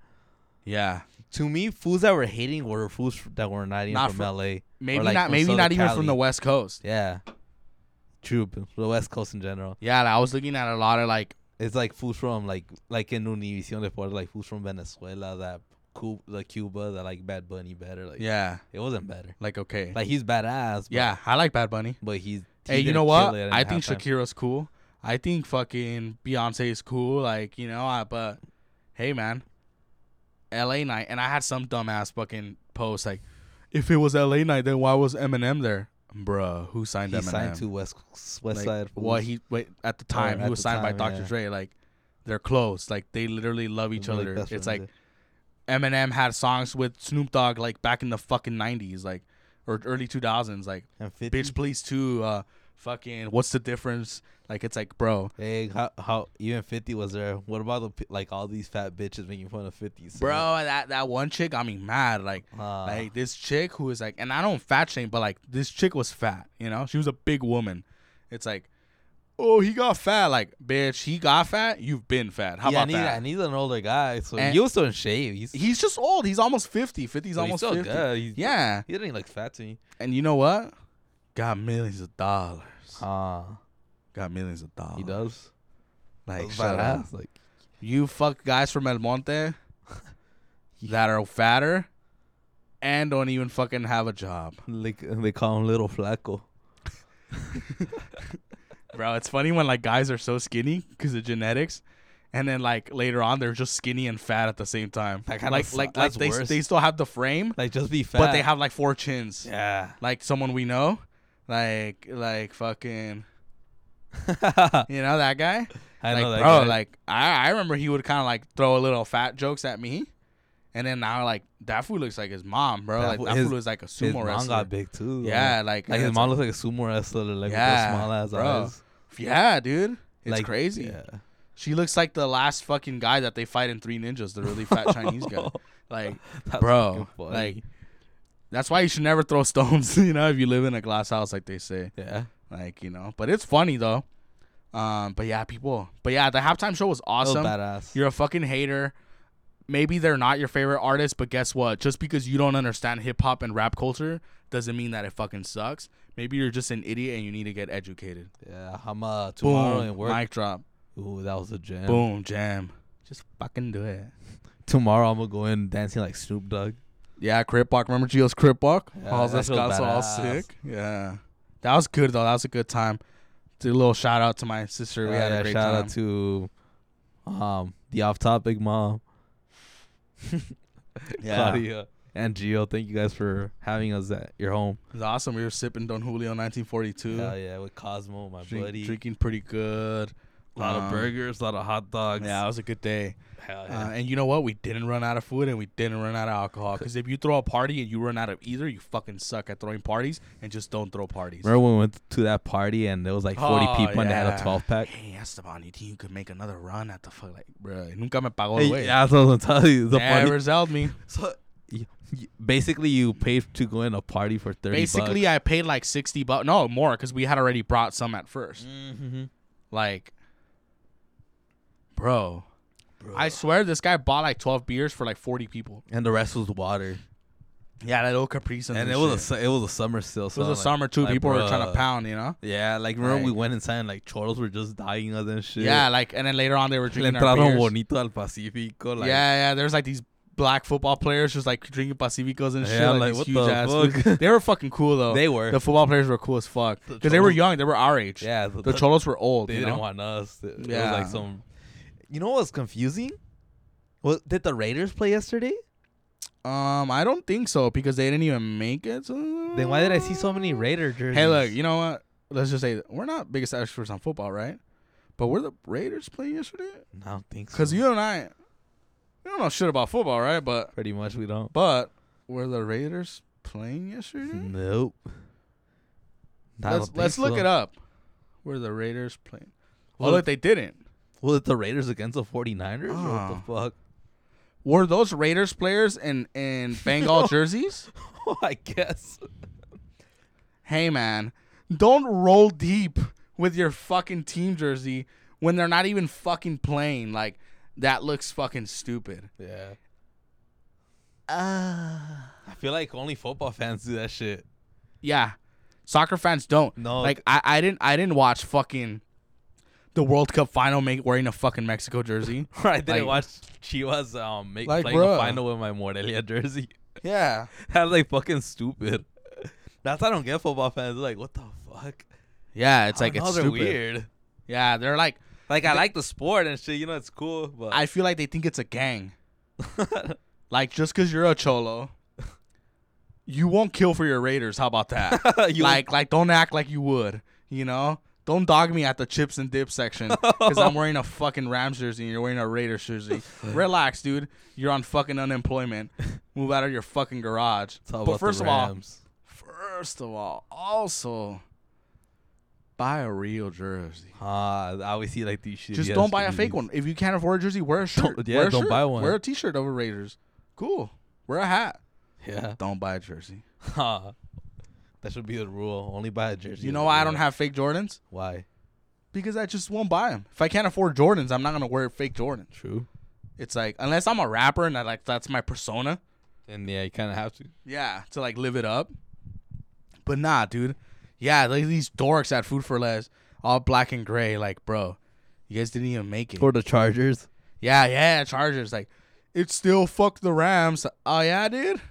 Speaker 1: Yeah,
Speaker 2: To me, fools that were hating were fools that were not even
Speaker 1: Not
Speaker 2: from
Speaker 1: fr-
Speaker 2: LA.
Speaker 1: maybe
Speaker 2: like
Speaker 1: not.
Speaker 2: from
Speaker 1: Maybe
Speaker 2: Southern
Speaker 1: not even from
Speaker 2: Cali.
Speaker 1: the West Coast.
Speaker 2: Yeah. True. but The West Coast in general.
Speaker 1: Yeah, like, I was looking at a lot of like
Speaker 2: It's like fools from like like in Univision Deportes, like fools from Venezuela that Cuba, like Cuba that like Bad Bunny better. Like
Speaker 1: yeah,
Speaker 2: it wasn't better.
Speaker 1: like okay,
Speaker 2: Like he's badass. But,
Speaker 1: yeah, I like Bad Bunny.
Speaker 2: But he's he
Speaker 1: Hey, you
Speaker 2: didn't
Speaker 1: know
Speaker 2: kill
Speaker 1: what?
Speaker 2: it at
Speaker 1: I think
Speaker 2: halftime.
Speaker 1: Shakira's cool. I think fucking Beyonce is cool. Like you know, I, but hey, man, L.A. night, and I had some dumbass fucking post like, if it was L.A. night, then why was Eminem there, bruh? Who signed
Speaker 2: he
Speaker 1: Eminem?
Speaker 2: signed to West West
Speaker 1: like,
Speaker 2: Side.
Speaker 1: Well,
Speaker 2: fools.
Speaker 1: he wait at the
Speaker 2: Or
Speaker 1: time he
Speaker 2: at
Speaker 1: was
Speaker 2: the
Speaker 1: signed by
Speaker 2: time,
Speaker 1: Dr.
Speaker 2: yeah.
Speaker 1: Dre. Like they're close. Like they literally love each
Speaker 2: They're, like,
Speaker 1: other.
Speaker 2: best
Speaker 1: it's
Speaker 2: friends,
Speaker 1: like Eminem had songs with Snoop Dogg like back in the fucking nineties, like or early two thousands. Like
Speaker 2: yeah. and 50
Speaker 1: bitch, please too. Uh, fucking what's the difference? Like it's like bro,
Speaker 2: Hey, how, how even Fifty was there? What about the pi- like all these fat bitches making fun of Fifty? So,
Speaker 1: bro. That that one chick got me mad. Like
Speaker 2: uh,
Speaker 1: like this chick who is like, and I don't fat shame, but like this chick was fat. You know, she was a big woman. It's like. Oh, he got fat. Like, bitch, he got fat. You've been fat. How
Speaker 2: yeah,
Speaker 1: about
Speaker 2: and he's,
Speaker 1: that?
Speaker 2: and he's an older guy, so
Speaker 1: And-
Speaker 2: he was still in shape. He's,
Speaker 1: he's just old. He's almost 50. 50's
Speaker 2: but
Speaker 1: almost
Speaker 2: he's still
Speaker 1: 50.
Speaker 2: good. He's,
Speaker 1: Yeah.
Speaker 2: he didn't look fat to me.
Speaker 1: And you know what? Got millions of dollars.
Speaker 2: Ah,
Speaker 1: Got millions of dollars.
Speaker 2: he does.
Speaker 1: Like,
Speaker 2: That's
Speaker 1: shut up.
Speaker 2: badass, Like
Speaker 1: You fuck guys from El <laughs> Monte that are fatter and don't even fucking have a job.
Speaker 2: like and they call him Little Flaco.
Speaker 1: Bro, it's funny when like guys are so skinny because of genetics. And then like later on, they're just skinny and fat at the same time.
Speaker 2: That
Speaker 1: Like
Speaker 2: kinda
Speaker 1: like
Speaker 2: su-
Speaker 1: like,
Speaker 2: that's
Speaker 1: they
Speaker 2: worse.
Speaker 1: they still have the frame,
Speaker 2: Like just be fat.
Speaker 1: but they have like four chins.
Speaker 2: yeah.
Speaker 1: Like someone we know, like like fucking You know that guy?
Speaker 2: <laughs> I
Speaker 1: like,
Speaker 2: know that
Speaker 1: bro,
Speaker 2: guy.
Speaker 1: like I, I remember he would kind of like throw a little fat jokes at me, and then now like that fool looks like his mom, bro.
Speaker 2: That
Speaker 1: like
Speaker 2: fool-
Speaker 1: that
Speaker 2: his-
Speaker 1: fool is like a sumo
Speaker 2: his mom
Speaker 1: wrestler.
Speaker 2: got big too.
Speaker 1: yeah, like,
Speaker 2: like his
Speaker 1: it's-
Speaker 2: mom looks like a sumo wrestler, like
Speaker 1: Yeah,
Speaker 2: with those small ass
Speaker 1: bro.
Speaker 2: eyes.
Speaker 1: Yeah, dude, it's
Speaker 2: like,
Speaker 1: crazy.
Speaker 2: Yeah.
Speaker 1: She looks like the last fucking guy that they fight in Three Ninjas, the really fat Chinese
Speaker 2: <laughs>
Speaker 1: guy. Like,
Speaker 2: That's
Speaker 1: bro,
Speaker 2: fucking funny.
Speaker 1: like that's why you should never throw <laughs> stones. You know, if you live in a glass house, like they say.
Speaker 2: yeah.
Speaker 1: Like you know, but it's funny though. Um, but yeah, people. But yeah, the halftime show was
Speaker 2: That
Speaker 1: awesome.
Speaker 2: was badass.
Speaker 1: You're a fucking hater. Maybe they're not your favorite artist, but guess what? Just because you don't understand hip hop and rap culture doesn't mean that it fucking sucks. Maybe you're just an idiot and you need to get educated.
Speaker 2: Yeah, I'm uh tomorrow
Speaker 1: Boom.
Speaker 2: in work.
Speaker 1: Mic drop.
Speaker 2: Ooh, that was a jam.
Speaker 1: Boom. Jam. Just fucking do it.
Speaker 2: Tomorrow I'm gonna go in dancing like Snoop Dogg.
Speaker 1: Yeah, Crip Walk. Remember Gio's Crip Walk?
Speaker 2: Yeah,
Speaker 1: all
Speaker 2: that
Speaker 1: this
Speaker 2: shit
Speaker 1: got
Speaker 2: was
Speaker 1: so all
Speaker 2: badass.
Speaker 1: sick. Yeah. That was good though. That was a good time. Do a little shout out to my sister. We
Speaker 2: Uh,
Speaker 1: had
Speaker 2: yeah,
Speaker 1: a great
Speaker 2: shout
Speaker 1: time.
Speaker 2: out to um the off topic mom.
Speaker 1: <laughs> Yeah.
Speaker 2: Claudia and Gio, thank you guys for having us at your home.
Speaker 1: It was awesome. We were sipping Don Julio 1942.
Speaker 2: Hell yeah, with Cosmo, my
Speaker 1: Drink-
Speaker 2: buddy.
Speaker 1: Drinking pretty good.
Speaker 6: A lot
Speaker 1: Um,
Speaker 6: of burgers, a lot of hot dogs.
Speaker 1: Yeah, it was a good day.
Speaker 6: Hell
Speaker 2: Oh,
Speaker 6: yeah.
Speaker 1: Uh, and you know what? We didn't run out of food and we didn't run out of alcohol. Because if you throw a party and you run out of either, you fucking suck at throwing parties and just don't throw parties.
Speaker 2: Remember when we went to that party and there was like 40
Speaker 1: Oh,
Speaker 2: people and they had
Speaker 1: yeah.
Speaker 2: a 12 pack?
Speaker 1: Hey, Esteban, you think you could make another run at the fuck? Like, bro, nunca me pagó el
Speaker 2: Hey,
Speaker 1: güey.
Speaker 2: yeah, that's what I was gonna tell you. The
Speaker 1: Never
Speaker 2: party,
Speaker 1: zelled
Speaker 2: <laughs>
Speaker 1: me.
Speaker 2: so, y- y- basically, you paid to go in a party for 30
Speaker 1: Basically, I paid like 60 bucks. No, more, because we had already brought some at 1st
Speaker 6: mm-hmm.
Speaker 1: Like, bro, I swear this guy bought like 12 beers for like 40 people.
Speaker 2: and the rest was water.
Speaker 1: Yeah, that little Capri Suns.
Speaker 2: And
Speaker 1: And,
Speaker 2: it was a su- it was a summer still.
Speaker 1: it was a summer too.
Speaker 2: like,
Speaker 1: people were trying to
Speaker 2: bruh.
Speaker 1: pound, you know?
Speaker 2: Yeah, like remember we
Speaker 1: Like-
Speaker 2: went inside and like chortles were just dying us and shit.
Speaker 1: Yeah, like, and then later on they were
Speaker 2: le
Speaker 1: drinking our
Speaker 2: entraron
Speaker 1: beers.
Speaker 2: bonito al Pacífico. Like,
Speaker 1: yeah, yeah. There's like these black football players just like drinking Pacificos and shit.
Speaker 2: Yeah,
Speaker 1: like,
Speaker 2: like,
Speaker 1: these huge
Speaker 2: what the
Speaker 1: ass
Speaker 2: fuck?
Speaker 1: foods. <laughs> They were fucking cool though.
Speaker 2: <laughs> they were.
Speaker 1: the football players were cool as fuck
Speaker 2: The
Speaker 1: because they were
Speaker 2: Cholos-
Speaker 1: young. They were our age.
Speaker 2: yeah, the,
Speaker 1: The Cholos were old.
Speaker 2: they
Speaker 1: you
Speaker 2: didn't
Speaker 1: know?
Speaker 2: want us. It, it was
Speaker 1: Yeah.
Speaker 2: like some. You know what's confusing? Well, did the Raiders play yesterday?
Speaker 1: Um, I don't think so because they didn't even make it. So...
Speaker 2: Then why did I see so many Raider jerseys?
Speaker 1: Hey, look, you know what? Let's just say we're not biggest experts on football, right? But were the Raiders playing yesterday?
Speaker 2: I don't think so.
Speaker 1: Because you and I, we don't know shit about football, right? But
Speaker 2: pretty much we don't.
Speaker 1: but were the Raiders playing yesterday?
Speaker 2: Nope. I don't
Speaker 1: Mm-hmm. Let's
Speaker 2: think
Speaker 1: let's look
Speaker 2: so.
Speaker 1: it up. Were the Raiders playing? Oh,
Speaker 2: Well,
Speaker 1: look, they didn't.
Speaker 2: Well, it's the Raiders against the 49ers? or
Speaker 1: Ah.
Speaker 2: <laughs> What
Speaker 1: Were those Raiders players in
Speaker 2: <laughs>
Speaker 1: in Bengal jerseys?
Speaker 2: the fuck? Oh, I guess.
Speaker 1: hey man, don't roll deep with your fucking team jersey when they're not even fucking playing. Like that looks fucking stupid.
Speaker 2: Yeah.
Speaker 1: Uh
Speaker 2: I feel like only football fans do that shit.
Speaker 1: yeah. Soccer fans don't.
Speaker 2: No.
Speaker 1: Like I, I didn't I didn't watch fucking the World Cup final make wearing a fucking Mexico
Speaker 2: <laughs>
Speaker 1: jersey.
Speaker 2: <laughs> I didn't
Speaker 1: like-
Speaker 2: watch Chivas um make
Speaker 1: Like,
Speaker 2: playing
Speaker 1: bruh.
Speaker 2: a final with my Morelia jersey.
Speaker 1: yeah.
Speaker 2: <laughs> That's like fucking stupid. That's why I don't get football fans. They're like, what the fuck?
Speaker 1: Yeah, it's
Speaker 2: I
Speaker 1: like
Speaker 2: don't
Speaker 1: it's
Speaker 2: know, they're
Speaker 1: stupid.
Speaker 2: weird.
Speaker 1: Yeah, they're like
Speaker 2: Like I like the sport and shit. You know, it's cool. But
Speaker 1: I feel like they think it's a gang. Like just cause you're a cholo, you won't kill for your Raiders. How about that?
Speaker 2: <laughs> you
Speaker 1: like like don't act like you would you know don't dog me at the chips and dip section because i'm wearing a fucking rams jersey and you're wearing a raiders jersey relax dude you're on fucking unemployment move out of your fucking garage
Speaker 2: It's all
Speaker 1: but
Speaker 2: about the
Speaker 1: first of all
Speaker 2: Rams.
Speaker 1: first of all also buy a real jersey
Speaker 2: ah, I always see like these shit.
Speaker 1: just don't buy a fake one if you can't afford a jersey wear a shirt
Speaker 2: yeah,
Speaker 1: Wear a
Speaker 2: don't
Speaker 1: shirt.
Speaker 2: buy one.
Speaker 1: wear a t-shirt over raiders cool wear a hat
Speaker 2: <laughs> Yeah,
Speaker 1: don't buy a jersey
Speaker 2: Ah. that should be the rule. Only buy a jersey.
Speaker 1: you know
Speaker 2: with
Speaker 1: why i
Speaker 2: the
Speaker 1: don't
Speaker 2: Rams.
Speaker 1: have fake jordans
Speaker 2: Why?
Speaker 1: because I just won't buy them. If I can't afford Jordans, I'm not gonna wear fake Jordans.
Speaker 2: True.
Speaker 1: It's like unless I'm a rapper and I like that's my persona.
Speaker 2: And yeah, you kind of have to.
Speaker 1: Yeah, to like live it up. But nah, dude. Yeah, like these dorks at Food for Less, all black and gray. Like, bro, you guys didn't even make it.
Speaker 2: For the Chargers.
Speaker 1: Yeah, yeah, Chargers. Like, it's still fuck the Rams. Oh yeah, dude.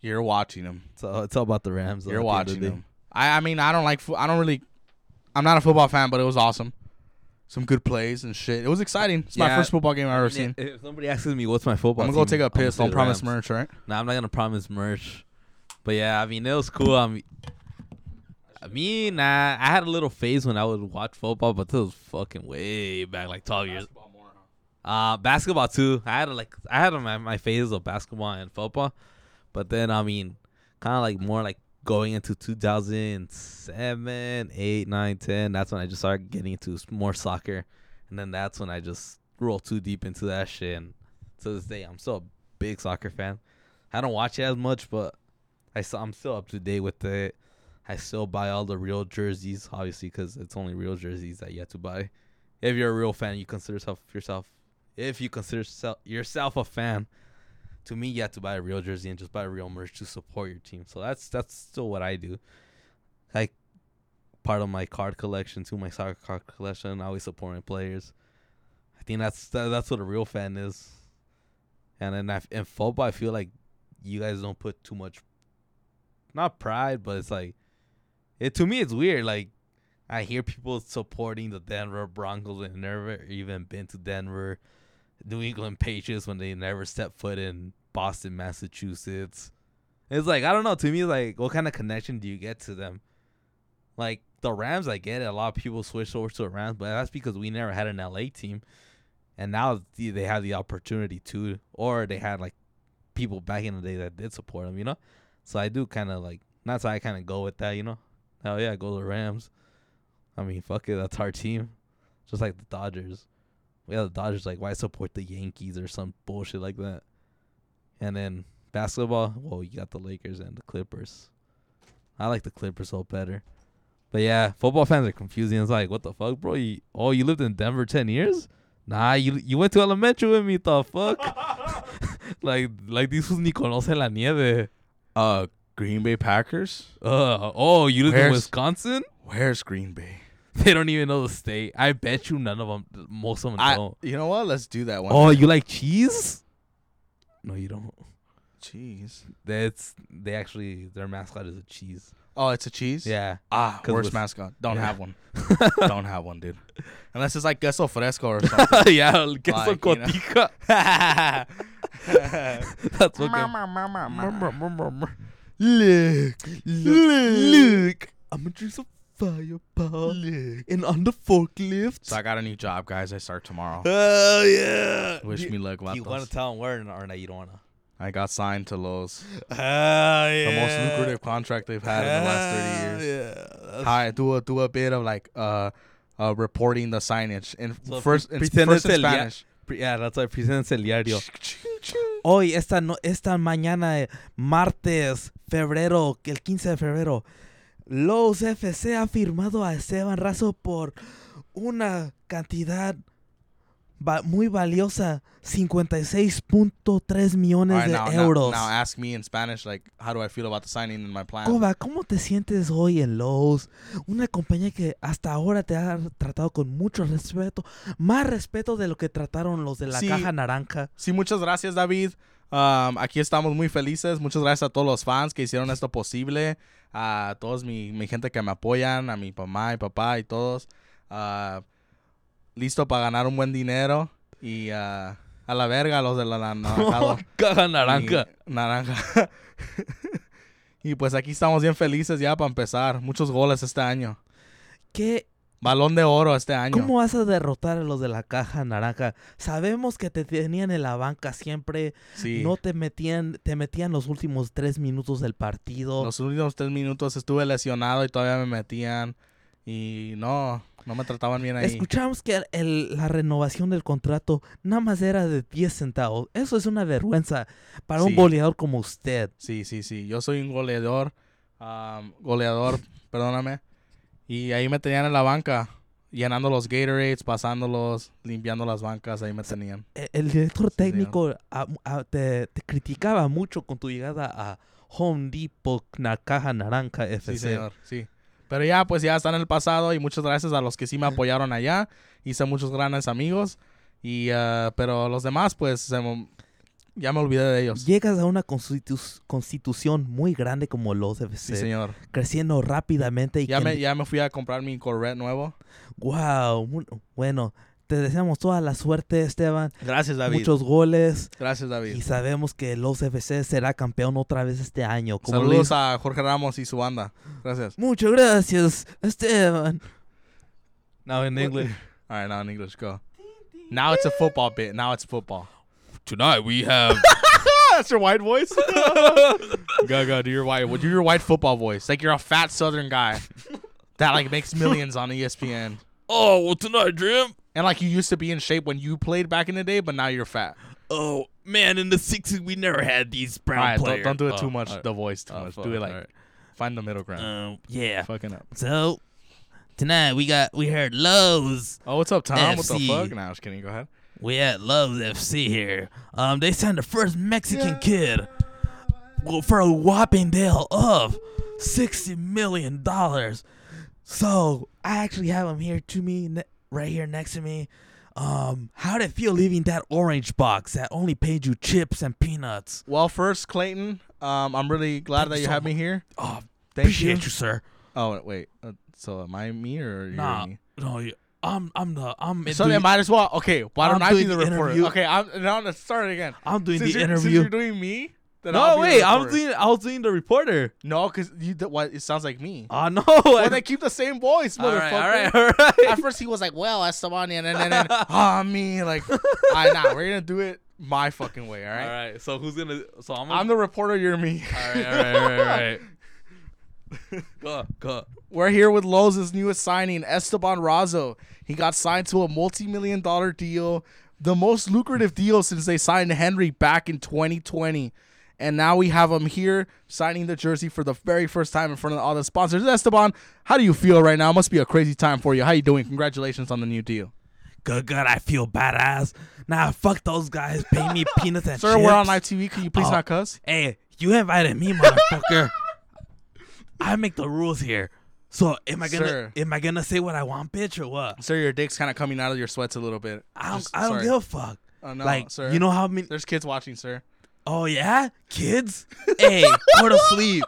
Speaker 1: You're watching them.
Speaker 2: It's all, it's all about the Rams. though,
Speaker 1: You're
Speaker 2: at the end of
Speaker 1: watching
Speaker 2: the day.
Speaker 1: them. I, I mean, I don't like. Fo- I don't really. I'm not a football fan, but it was awesome. Some good plays and shit. It was exciting. It's my
Speaker 2: Yeah.
Speaker 1: first football game I've ever
Speaker 2: I
Speaker 1: seen.
Speaker 2: mean, If somebody asks me what's my football,
Speaker 1: I'm gonna go
Speaker 2: team,
Speaker 1: take a
Speaker 2: I'm gonna
Speaker 1: piss.
Speaker 2: say
Speaker 1: Don't
Speaker 2: the
Speaker 1: promise
Speaker 2: Rams.
Speaker 1: merch, right?
Speaker 2: Nah, I'm not gonna promise merch. But yeah, I mean it was cool. I mean, I mean, I, I had a little phase when I would watch football, but this was fucking way back, like 12 years. Uh, basketball too. I had like I had my my phases of basketball and football, but then I mean, kind of like more like going into 2007, 8, 9, 10. That's when I just started getting into s- more soccer, and then that's when I just rolled too deep into that shit. And to this day, I'm still a big soccer fan. I don't watch it as much, but I still, I'm still up to date with it. I still buy all the real jerseys, obviously, because it's only real jerseys that you have to buy. If you're a real fan, you consider yourself yourself. If you consider sel- yourself a fan, to me, you have to buy a real jersey and just buy real merch to support your team. So that's that's still what I do. Like part of my card collection, to my soccer card collection, I always supporting players. I think that's that, that's what a real fan is. And then I, in football, I feel like you guys don't put too much not pride but it's like it to me it's weird like i hear people supporting the denver broncos and never even been to denver new england patriots when they never stepped foot in boston massachusetts it's like i don't know to me like what kind of connection do you get to them Like the Rams, I get it. A lot of people switched over to the Rams, but that's because we never had an LA team, and now the- they have the opportunity to, or they had like people back in the day that did support them. You know, so I do kind of like that's how I kind of go with that. You know, hell yeah, go to the Rams. I mean, fuck it, that's our team. Just like the Dodgers, we have the Dodgers. Like, why support the Yankees or some bullshit like that? And then basketball, well, you got the Lakers and the Clippers. I like the Clippers a lot better. But yeah, football fans are confusing. It's like, what the fuck, bro? You, oh, you lived in Denver ten years? Nah, you you went to elementary with me. The fuck? <laughs> like like this was ni conoce la nieve.
Speaker 1: Uh, Green Bay Packers.
Speaker 2: Uh, oh, you lived in
Speaker 1: Where's-
Speaker 2: Wisconsin? <laughs>
Speaker 1: Where's Green Bay?
Speaker 2: They don't even know the state. I bet you none of them, most of them
Speaker 1: I.
Speaker 2: don't.
Speaker 1: You know what? Let's do that one.
Speaker 2: Oh, you like cheese? No, you don't.
Speaker 1: cheese.
Speaker 2: That's they actually their mascot is a <laughs> cheese.
Speaker 1: Oh, it's a cheese.
Speaker 2: Yeah. <laughs>
Speaker 1: Ah,
Speaker 2: 'Cause
Speaker 1: worst
Speaker 2: with-
Speaker 1: mascot. Don't
Speaker 2: Yeah.
Speaker 1: have
Speaker 2: <laughs>
Speaker 1: one. Don't have one, dude. Unless it's like queso fresco or something.
Speaker 2: yeah, el queso
Speaker 1: Like, you know.
Speaker 2: cotica. <laughs> That's what.
Speaker 1: Look,
Speaker 2: Look, I'm gonna drink some fireball
Speaker 1: look.
Speaker 2: and on the forklift.
Speaker 1: So I got a new job, guys. I start tomorrow.
Speaker 2: Hell yeah!
Speaker 1: Wish me luck,
Speaker 2: You want
Speaker 1: vatos.
Speaker 2: to tell him where or not? You don't wanna.
Speaker 1: I got signed to Lowe's,
Speaker 2: Hell yeah!
Speaker 1: the most lucrative contract they've had in the last 30 years.
Speaker 2: Yeah. That's-
Speaker 1: I do a do a bit of like uh, uh reporting the signage in
Speaker 2: So
Speaker 1: first
Speaker 2: pre-
Speaker 1: in,
Speaker 2: pretend
Speaker 1: first
Speaker 2: it's
Speaker 1: in
Speaker 2: el- yeah. <laughs>
Speaker 1: Spanish.
Speaker 2: Pre- Yeah, that's why presents el diario. Hoy, esta, no, esta mañana, eh, martes, febrero, que el 15 de febrero, Los FC ha firmado a Esteban Razo por una cantidad va- muy valiosa, 56.3
Speaker 1: All
Speaker 2: millones
Speaker 1: right,
Speaker 2: de
Speaker 1: now, now,
Speaker 2: euros.
Speaker 1: now ask me in Spanish like how do I feel about the signing and my plan?
Speaker 2: Coba, ¿cómo te sientes hoy en Lowe's? Una compañía que hasta ahora te ha tratado con mucho respeto, más respeto de lo que trataron los de la
Speaker 1: Sí.
Speaker 2: caja naranja.
Speaker 1: Sí, muchas gracias, David. Um, aquí estamos muy felices. Muchas gracias a todos los fans que hicieron esto posible. A todos mi, mi gente que me apoyan, a mi mamá y papá y todos. Ah, listo para ganar un buen dinero. Y ah, a la verga los de la la-
Speaker 2: <laughs>
Speaker 1: naranjado.
Speaker 2: caja
Speaker 1: Y- naranja. <laughs> y pues aquí estamos bien felices ya para empezar. Muchos goles este año.
Speaker 2: ¿Qué
Speaker 1: Balón de oro este año.
Speaker 2: ¿Cómo vas a derrotar a los de la caja naranja? Sabemos que te tenían en la banca siempre,
Speaker 1: Sí.
Speaker 2: no te metían, te metían los últimos tres minutos del partido.
Speaker 1: Los últimos tres minutos estuve lesionado y todavía me metían. Y no, no me trataban bien ahí.
Speaker 2: Escuchamos que el- la renovación del contrato nada más era de 10 centavos. Eso es una vergüenza para un
Speaker 1: Sí.
Speaker 2: boleador como usted.
Speaker 1: Sí, sí, sí. Yo soy un goleador. am, goleador, <laughs> perdóname. Y ahí me tenían en la banca. Llenando los Gatorades, pasándolos, limpiando las bancas. Ahí me tenían.
Speaker 2: E- El, director
Speaker 1: Sí, señor.
Speaker 2: técnico a- a- te, te criticaba mucho con tu llegada a Home Depot, la caja naranja FC.
Speaker 1: Sí, señor. Sí. Pero ya, pues ya está en el pasado. Y muchas gracias a los que sí <laughs> me apoyaron allá. Hice muchos grandes amigos. Y, ah, pero los demás, pues, se mo- ya me olvidé de ellos.
Speaker 2: Llegas a una constitu- constitución muy grande como los FC.
Speaker 1: Sí, señor.
Speaker 2: creciendo rápidamente y
Speaker 1: Ya
Speaker 2: que-
Speaker 1: me, ya me fui a comprar mi Corvette nuevo.
Speaker 2: wow mu- bueno te deseamos toda la suerte Esteban
Speaker 1: Gracias,
Speaker 2: muchos goles
Speaker 1: Gracias,
Speaker 2: y
Speaker 1: David.
Speaker 2: sabemos que los FC será campeón otra vez este año como le
Speaker 1: Saludos
Speaker 2: dijo-
Speaker 1: a Jorge Ramos y su banda. Gracias.
Speaker 2: muchas gracias Esteban now in English
Speaker 1: All right, now in English, go. Now it's a football bit. Now it's football.
Speaker 7: Tonight we have
Speaker 1: <laughs> That's your white voice. <laughs> go, go, do your white. Do your white football voice. Like you're a fat Southern <laughs> guy that like makes millions on E ESPN.
Speaker 7: Oh well tonight, Jim.
Speaker 1: And like you used to be in shape when you played back in the day, but now you're fat.
Speaker 7: Oh man, in the sixties we never had these brown
Speaker 1: All right, don't,
Speaker 7: players.
Speaker 1: don't do it
Speaker 7: Oh,
Speaker 1: too much.
Speaker 7: all right.
Speaker 1: The voice too
Speaker 7: Oh,
Speaker 1: much.
Speaker 7: fuck,
Speaker 1: Do it
Speaker 7: all
Speaker 1: like
Speaker 7: right.
Speaker 1: find the middle ground.
Speaker 7: Um, yeah.
Speaker 1: Fucking up.
Speaker 7: So tonight we got we heard Lowe's.
Speaker 1: Oh, what's up, Tom? What the
Speaker 7: FC.
Speaker 1: fuck? Now, just kidding. Go ahead.
Speaker 7: We at Love's FC here. Um, they signed the first Mexican kid w- for a whopping deal of sixty million dollars.
Speaker 2: so I actually have him here to me ne- right here next to me um how'd it feel leaving that orange box that only paid you chips and peanuts
Speaker 1: Well, first, Clayton, um, I'm really glad
Speaker 7: Thank
Speaker 1: that
Speaker 7: you
Speaker 1: you
Speaker 7: so
Speaker 1: have me here.
Speaker 7: Oh,
Speaker 1: Thank
Speaker 7: appreciate
Speaker 1: you.
Speaker 7: you, sir.
Speaker 1: Oh, wait. Uh, so am I me or you're
Speaker 7: Nah,
Speaker 1: me?
Speaker 7: no, you- I'm I'm the I'm
Speaker 1: So
Speaker 7: doing,
Speaker 1: then might as well. Okay, why
Speaker 7: I'm
Speaker 1: don't I do
Speaker 7: doing
Speaker 1: the
Speaker 7: the
Speaker 1: report?
Speaker 7: interview.
Speaker 1: Okay, I'm now let's start it again.
Speaker 7: I'm doing
Speaker 1: Since
Speaker 7: the
Speaker 1: you're, since
Speaker 7: interview.
Speaker 1: you're doing me, Then I'll
Speaker 2: no,
Speaker 1: be the
Speaker 2: wait. I'm
Speaker 1: reporter.
Speaker 2: doing. I was doing the reporter.
Speaker 1: No, because you. The, what? It sounds like
Speaker 7: Uh,
Speaker 1: me.
Speaker 2: Oh no!
Speaker 1: Well,
Speaker 2: <laughs>
Speaker 1: they keep the same voice,
Speaker 2: all
Speaker 1: motherfucker.
Speaker 2: right, all
Speaker 1: <laughs>
Speaker 2: right, all right.
Speaker 1: At first, he was like, "Well, that's the one," and then, and then, ah, me, like, I nah, we're gonna do it my fucking way, all right?
Speaker 2: <laughs> All right. So who's gonna? So I'm.
Speaker 1: I'm
Speaker 2: Gonna,
Speaker 1: the reporter. You're me.
Speaker 2: all right, all <laughs> right, all right, all right. go, go.
Speaker 1: We're here with Lowe's newest signing, Esteban Razo. He got signed to a multi-million dollar deal, the most lucrative deal since they signed Henry back in 2020. And now we have him here signing the jersey for the very first time in front of all the sponsors. Esteban, how do you feel right now? must be a crazy time for you. How you doing? Congratulations on the new deal.
Speaker 2: Good, good. I feel badass. Nah, fuck those guys. Pay
Speaker 1: <laughs>
Speaker 2: me peanuts and
Speaker 1: Sir, we're on live TV. Can you please
Speaker 2: Oh.
Speaker 1: not cuss?
Speaker 2: Hey, you invited me, motherfucker. <laughs> I make the rules here. So am I gonna
Speaker 1: Sir.
Speaker 2: am I gonna say what I want, bitch, or what?
Speaker 1: Sir, your dick's kind of coming out of your sweats a little bit.
Speaker 2: I don't
Speaker 1: Just-
Speaker 2: I don't
Speaker 1: sorry.
Speaker 2: give a fuck.
Speaker 1: Oh, no,
Speaker 2: like
Speaker 1: sir.
Speaker 2: you know how many?
Speaker 1: There's kids watching, sir.
Speaker 2: Oh yeah,
Speaker 1: <laughs>
Speaker 2: kids. hey, go to sleep.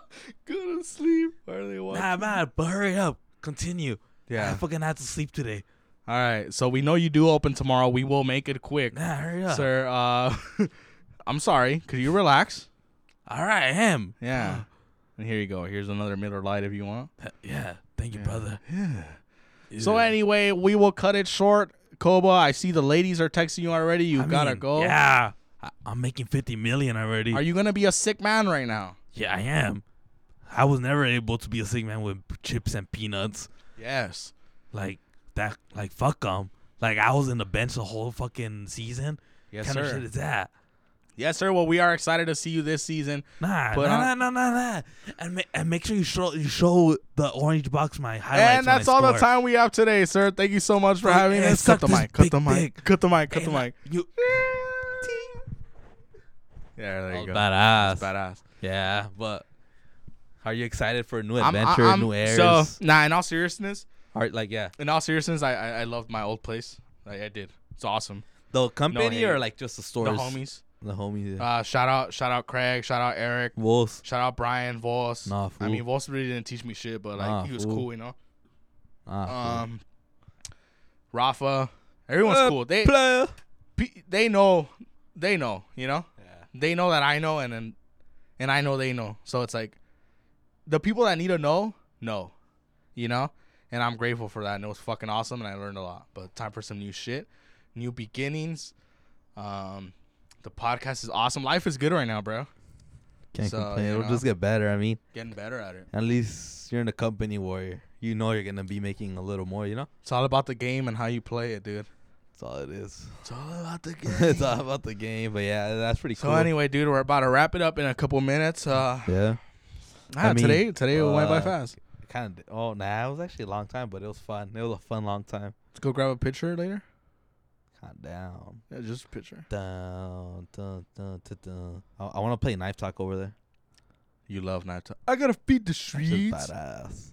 Speaker 1: Go to sleep. Why are they watching?
Speaker 2: Nah, man, but hurry up. Continue. I
Speaker 1: Yeah.
Speaker 2: fucking had to sleep today.
Speaker 1: All right. So we know you do open tomorrow. We will make it quick,
Speaker 2: Nah, hurry up.
Speaker 1: sir. Uh, <laughs> I'm sorry. Could you relax?
Speaker 2: All right, I am. <sighs>
Speaker 1: Yeah. and here you go. Here's another Miller Light if you want.
Speaker 2: Yeah. Thank you, brother. Yeah.
Speaker 1: So anyway, we will cut it short. Koba, I see the ladies are texting you already. You
Speaker 2: I
Speaker 1: gotta
Speaker 2: mean,
Speaker 1: go.
Speaker 2: Yeah. I, I'm making 50 million already.
Speaker 1: Are you gonna be a sick man right now?
Speaker 2: yeah, I am. I was never able to be a sick man with chips and peanuts.
Speaker 1: Yes.
Speaker 2: Like that. Like fuck them. Like I was in the bench the whole fucking season.
Speaker 1: Yes,
Speaker 2: kind of
Speaker 1: sir.
Speaker 2: shit is that?
Speaker 1: Yes, sir. Well, we are excited to see you this season.
Speaker 2: Nah,
Speaker 1: Put
Speaker 2: nah,
Speaker 1: on-
Speaker 2: nah, nah, nah, nah. And ma- and make sure you show you show the orange box my highlights.
Speaker 1: and that's all the time we have today, sir. Thank you so much for
Speaker 2: Hey,
Speaker 1: having
Speaker 2: hey,
Speaker 1: us.
Speaker 2: suck
Speaker 1: Cut the
Speaker 2: this
Speaker 1: mic. Cut
Speaker 2: big
Speaker 1: the mic.
Speaker 2: dick.
Speaker 1: Cut the mic. Cut the mic.
Speaker 2: You
Speaker 1: Yeah, there you go.
Speaker 3: badass.
Speaker 1: Badass.
Speaker 3: Yeah, but are you excited for a new
Speaker 1: I'm-
Speaker 3: adventure,
Speaker 1: I'm-
Speaker 3: new airs?
Speaker 1: So nah, in all seriousness,
Speaker 3: Are- like yeah,
Speaker 1: in all seriousness, I I, I loved my old place. I, I did. It's awesome.
Speaker 3: the
Speaker 1: No
Speaker 3: company
Speaker 1: hate.
Speaker 3: or like just the stores?
Speaker 1: The homies.
Speaker 3: The homies. Yeah.
Speaker 1: Uh, shout out, shout out Craig, shout out Eric,
Speaker 3: Wolves.
Speaker 1: shout out Brian Voss.
Speaker 3: Nah,
Speaker 1: I
Speaker 3: fool.
Speaker 1: mean Voss really didn't teach me shit, but like
Speaker 3: Nah,
Speaker 1: he was
Speaker 3: fool.
Speaker 1: cool, you know.
Speaker 3: Ah,
Speaker 1: Um, Rafa, everyone's
Speaker 3: Uh,
Speaker 1: cool. They
Speaker 3: cool. player.
Speaker 1: pe- they know, they know, you know.
Speaker 3: Yeah.
Speaker 1: they know that I know, and then, and I know they know. So it's like, the people that need to know, know, you know. And I'm grateful for that. And it was fucking awesome, and I learned a lot. But time for some new shit, new beginnings. Um, the podcast is awesome. Life is good right now, bro.
Speaker 3: Can't
Speaker 1: So,
Speaker 3: complain.
Speaker 1: you
Speaker 3: It'll
Speaker 1: know.
Speaker 3: just get better. I mean,
Speaker 1: Getting better at it.
Speaker 3: at least you're in a company warrior. You know you're gonna be making a little more. You know,
Speaker 1: It's all about the game and how you play it, dude.
Speaker 3: that's all it is.
Speaker 1: It's all about
Speaker 3: <laughs>
Speaker 1: the game.
Speaker 3: it's all about the game. But yeah, that's pretty
Speaker 1: so
Speaker 3: cool.
Speaker 1: anyway, dude, we're about to wrap it up in a couple minutes. Uh,
Speaker 3: yeah.
Speaker 1: ah,
Speaker 3: I mean,
Speaker 1: today, today it went by
Speaker 3: uh,
Speaker 1: fast.
Speaker 3: Kind of. Oh, nah. It was actually a long time, but it was fun. It was a fun long time.
Speaker 1: Let's go grab a picture later.
Speaker 3: Calm down.
Speaker 1: Yeah, just a picture.
Speaker 3: Dun, dun, dun, dun, dun. I, I want to play knife talk over there.
Speaker 1: You love night time. I gotta feed the
Speaker 3: That's just
Speaker 1: streets.
Speaker 3: badass.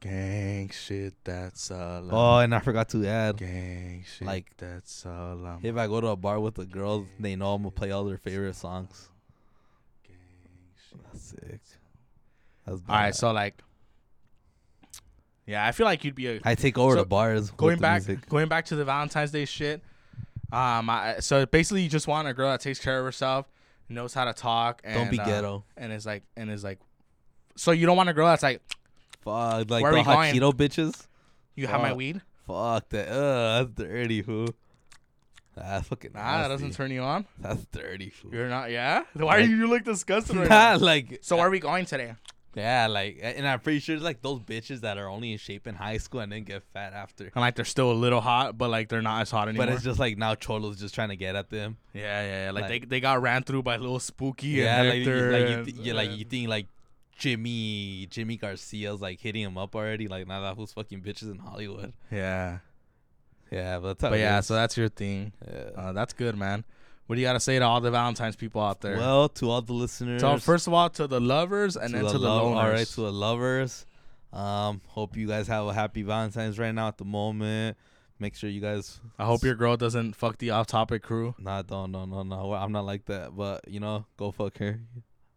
Speaker 1: Gang shit, that's all.
Speaker 3: Oh, and I forgot to add.
Speaker 1: gang shit,
Speaker 3: like-
Speaker 1: that's all. I'm
Speaker 3: If I go to a bar with the girls, they know I'm gonna play all their favorite songs.
Speaker 1: gang shit.
Speaker 3: That's sick. That's
Speaker 1: All right,
Speaker 3: badass.
Speaker 1: so like, yeah, I feel like you'd be a
Speaker 3: I take over
Speaker 1: so,
Speaker 3: the bars.
Speaker 1: going
Speaker 3: with the
Speaker 1: back,
Speaker 3: music.
Speaker 1: going back to the Valentine's Day shit. Um, I, so basically, you just want a girl that takes care of herself, knows how to talk, and
Speaker 3: Don't be
Speaker 1: uh,
Speaker 3: ghetto.
Speaker 1: and is like, and is like, so you don't want a girl that's like,
Speaker 3: Fuck, like
Speaker 1: where are
Speaker 3: the
Speaker 1: we
Speaker 3: hot
Speaker 1: going?
Speaker 3: keto bitches.
Speaker 1: you have my
Speaker 3: Fuck.
Speaker 1: weed.
Speaker 3: Fuck that. Uh, that's dirty, who? That's fucking
Speaker 1: Nah, Ah, that doesn't
Speaker 3: nasty.
Speaker 1: turn you on.
Speaker 3: That's dirty, who? <laughs>
Speaker 1: You're not, yeah. <laughs> Why are
Speaker 3: Like-
Speaker 1: you, you look
Speaker 3: <laughs>
Speaker 1: disgusted right
Speaker 3: Nah,
Speaker 1: now?
Speaker 3: like
Speaker 1: So where are we going today?
Speaker 3: yeah, like, and I'm pretty sure it's like those bitches that are only in shape in high school and then get fat after.
Speaker 1: and like they're still a little hot, but like they're not as hot anymore.
Speaker 3: But it's just like now Cholo's just trying to get at them.
Speaker 1: yeah, yeah, yeah. Like,
Speaker 3: like-
Speaker 1: they they got ran through by little spooky.
Speaker 3: Yeah,
Speaker 1: and
Speaker 3: like, you-
Speaker 1: Hector
Speaker 3: like you,
Speaker 1: and-
Speaker 3: th- yeah, like you think like Jimmy Jimmy Garcia's like hitting him up already. Like now that who's fucking bitches in Hollywood.
Speaker 1: yeah.
Speaker 3: Yeah, but that's how
Speaker 1: But
Speaker 3: it
Speaker 1: yeah,
Speaker 3: is.
Speaker 1: so that's your thing.
Speaker 3: Yeah.
Speaker 1: Uh, that's good, man. What do you got to say to all the Valentine's people out there?
Speaker 3: Well, to all the listeners,
Speaker 1: so first of all, to the lovers, and then to the
Speaker 3: love-
Speaker 1: loners.
Speaker 3: all right, to the lovers. Um, hope you guys have a happy Valentine's right now at the moment. Make sure you guys
Speaker 1: I hope your girl doesn't fuck the off-topic crew.
Speaker 3: Nah, don't, no, no, no. I'm not like that. But you know, go fuck her.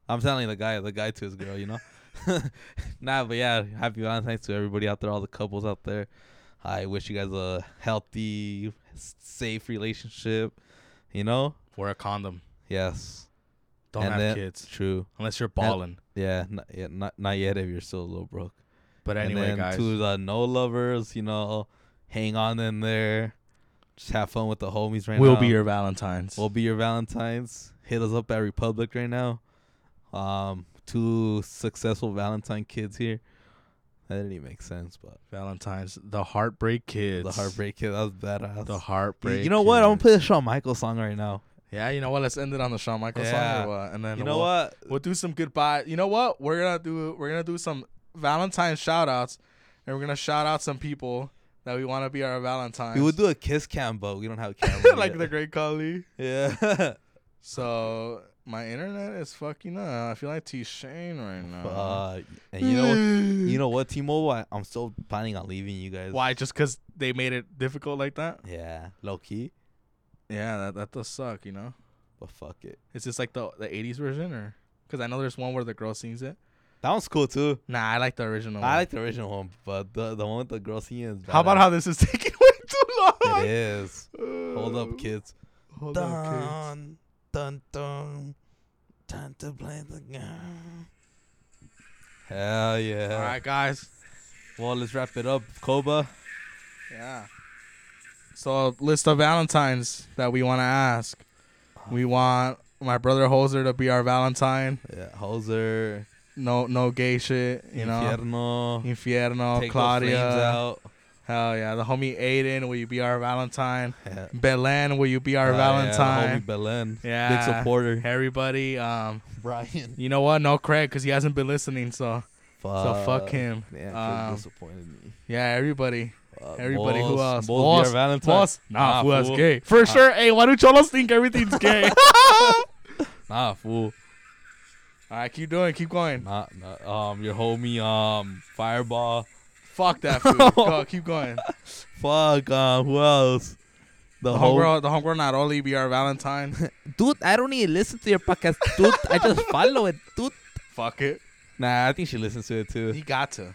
Speaker 3: I'm telling the guy, the guy to his girl, you know. <laughs> nah, but yeah, happy Valentine's to everybody out there, all the couples out there. I wish you guys a healthy, s- safe relationship. You know,
Speaker 1: Wear a condom.
Speaker 3: yes.
Speaker 1: Don't
Speaker 3: And
Speaker 1: have
Speaker 3: then-
Speaker 1: kids
Speaker 3: True.
Speaker 1: unless you're balling.
Speaker 3: Yeah, not yet, not, not yet if you're still a little broke.
Speaker 1: But
Speaker 3: and
Speaker 1: anyway,
Speaker 3: then
Speaker 1: guys,
Speaker 3: to the no lovers, you know, hang on in there. Just have fun with the homies right
Speaker 1: we'll
Speaker 3: now.
Speaker 1: be your Valentines.
Speaker 3: um, We'll be your Valentine's. Hit us up at Republic right now. Um, two successful Valentine kids here. That didn't even make sense, but
Speaker 1: Valentines, the heartbreak kids,
Speaker 3: the heartbreak kid, that was badass.
Speaker 1: the
Speaker 3: You-
Speaker 1: heartbreak.
Speaker 3: you know what? I'm gonna
Speaker 1: Kids.
Speaker 3: play the Shawn Michaels song right now.
Speaker 1: yeah, you know what? Let's end it on the Shawn Michaels
Speaker 3: Yeah.
Speaker 1: song, or what? and then
Speaker 3: you know
Speaker 1: we'll,
Speaker 3: what?
Speaker 1: We'll do some goodbye. You know what? We're gonna do we're gonna do some Valentine shout outs and we're gonna shout out some people that we wanna be our Valentines.
Speaker 3: We
Speaker 1: <laughs>
Speaker 3: would do a kiss cam, but we don't have a camera.
Speaker 1: like the
Speaker 3: yet.
Speaker 1: great Kali.
Speaker 3: yeah. <laughs>
Speaker 1: So my internet is fucking up. I feel like T Shane right now.
Speaker 3: uh, and you know, what, you know what? T-Mobile, I, I'm still planning on leaving you
Speaker 1: <laughs>
Speaker 3: guys.
Speaker 1: why? Just because they made it difficult like that?
Speaker 3: Yeah, low key,
Speaker 1: Yeah, that that does suck. You know,
Speaker 3: but fuck it.
Speaker 1: is this like the the '80s version or? Because I know there's one where the girl sings it.
Speaker 3: That one's cool too.
Speaker 1: Nah, I like the original.
Speaker 3: I
Speaker 1: one.
Speaker 3: like the original one, but the the one with the girl singing is
Speaker 1: how about
Speaker 3: badass.
Speaker 1: how this is <laughs> taking way too long? Uh,
Speaker 3: It is. Hold up, kids.
Speaker 1: Hold
Speaker 3: Dun, dun, dun. Time to play the game. Hell yeah.
Speaker 1: All right, guys.
Speaker 3: Well, let's wrap it up. Koba.
Speaker 1: Yeah. So list of Valentines that we want to ask. We want my brother Hoser to be our Valentine.
Speaker 3: Yeah, Hoser.
Speaker 1: No, no gay shit. You know,
Speaker 3: Infierno.
Speaker 1: Infierno,
Speaker 3: Take the flames
Speaker 1: Claudia.
Speaker 3: out.
Speaker 1: Hell yeah, the homie Aiden. Will you be our Valentine?
Speaker 3: Yeah.
Speaker 1: Belen, will you be our
Speaker 3: Oh, Yeah, the
Speaker 1: Valentine?
Speaker 3: homie Belen. Big
Speaker 1: Yeah. <laughs>
Speaker 3: supporter.
Speaker 1: Everybody, um,
Speaker 3: Brian.
Speaker 1: you know what? No Craig, cause he hasn't been listening. So,
Speaker 3: Fuck.
Speaker 1: so fuck him.
Speaker 3: Yeah,
Speaker 1: Um,
Speaker 3: disappointed me.
Speaker 1: yeah, everybody.
Speaker 3: Fuck.
Speaker 1: Everybody, who
Speaker 3: Balls-
Speaker 1: else?
Speaker 3: balls be
Speaker 1: Balls-
Speaker 3: our Valentine.
Speaker 1: Plus, nah,
Speaker 3: Nah,
Speaker 1: fool, that's
Speaker 3: fool.
Speaker 1: gay. For sure. Hey, why do cholos think everything's gay?
Speaker 3: Nah, fool.
Speaker 1: All right, keep doing, keep going.
Speaker 3: Not, not um your homie um Fireball.
Speaker 1: Fuck that
Speaker 3: <laughs>
Speaker 1: food. Go, keep going.
Speaker 3: Fuck um who else? The,
Speaker 1: The
Speaker 3: whole
Speaker 1: homegirl, the homegirl, not only be our Valentine.
Speaker 3: <laughs> dude. I don't even listen to your podcast, dude. I
Speaker 1: <laughs>
Speaker 3: just follow it, dude.
Speaker 1: Fuck it.
Speaker 3: Nah, I think she listens to it
Speaker 1: He
Speaker 3: too.
Speaker 1: got to.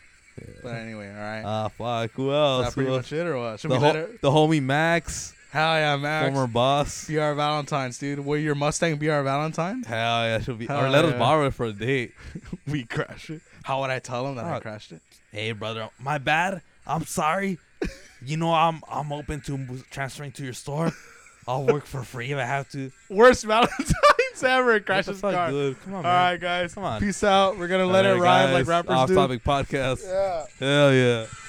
Speaker 1: But anyway, all right.
Speaker 3: Ah, fuck. Who
Speaker 1: Is
Speaker 3: else?
Speaker 1: that pretty
Speaker 3: Who
Speaker 1: much it or what? Should we
Speaker 3: else? The, ho-
Speaker 1: let her?
Speaker 3: the homie Max,
Speaker 1: Hell yeah, Max.
Speaker 3: former boss.
Speaker 1: Be our Valentines, dude. Will your Mustang be our Valentine?
Speaker 3: Hell yeah, she'll be. or
Speaker 1: Hell
Speaker 3: let us
Speaker 1: yeah.
Speaker 3: borrow it for a date.
Speaker 1: <laughs> We crashed it. How would I tell him that I
Speaker 3: Fuck.
Speaker 1: crashed it?
Speaker 3: Hey, brother, my bad. I'm sorry. You know, I'm I'm open to mo- transferring to your store. I'll work for free if I have to.
Speaker 1: Worst <laughs> Valentines ever. Crashed his
Speaker 3: fuck,
Speaker 1: car.
Speaker 3: dude? Come on,
Speaker 1: All
Speaker 3: man.
Speaker 1: right, guys.
Speaker 3: Come on.
Speaker 1: Peace out. We're gonna let it
Speaker 3: Alright,
Speaker 1: ride like
Speaker 3: guys,
Speaker 1: rappers
Speaker 3: Off
Speaker 1: do.
Speaker 3: topic podcast.
Speaker 1: Yeah.
Speaker 3: Hell yeah.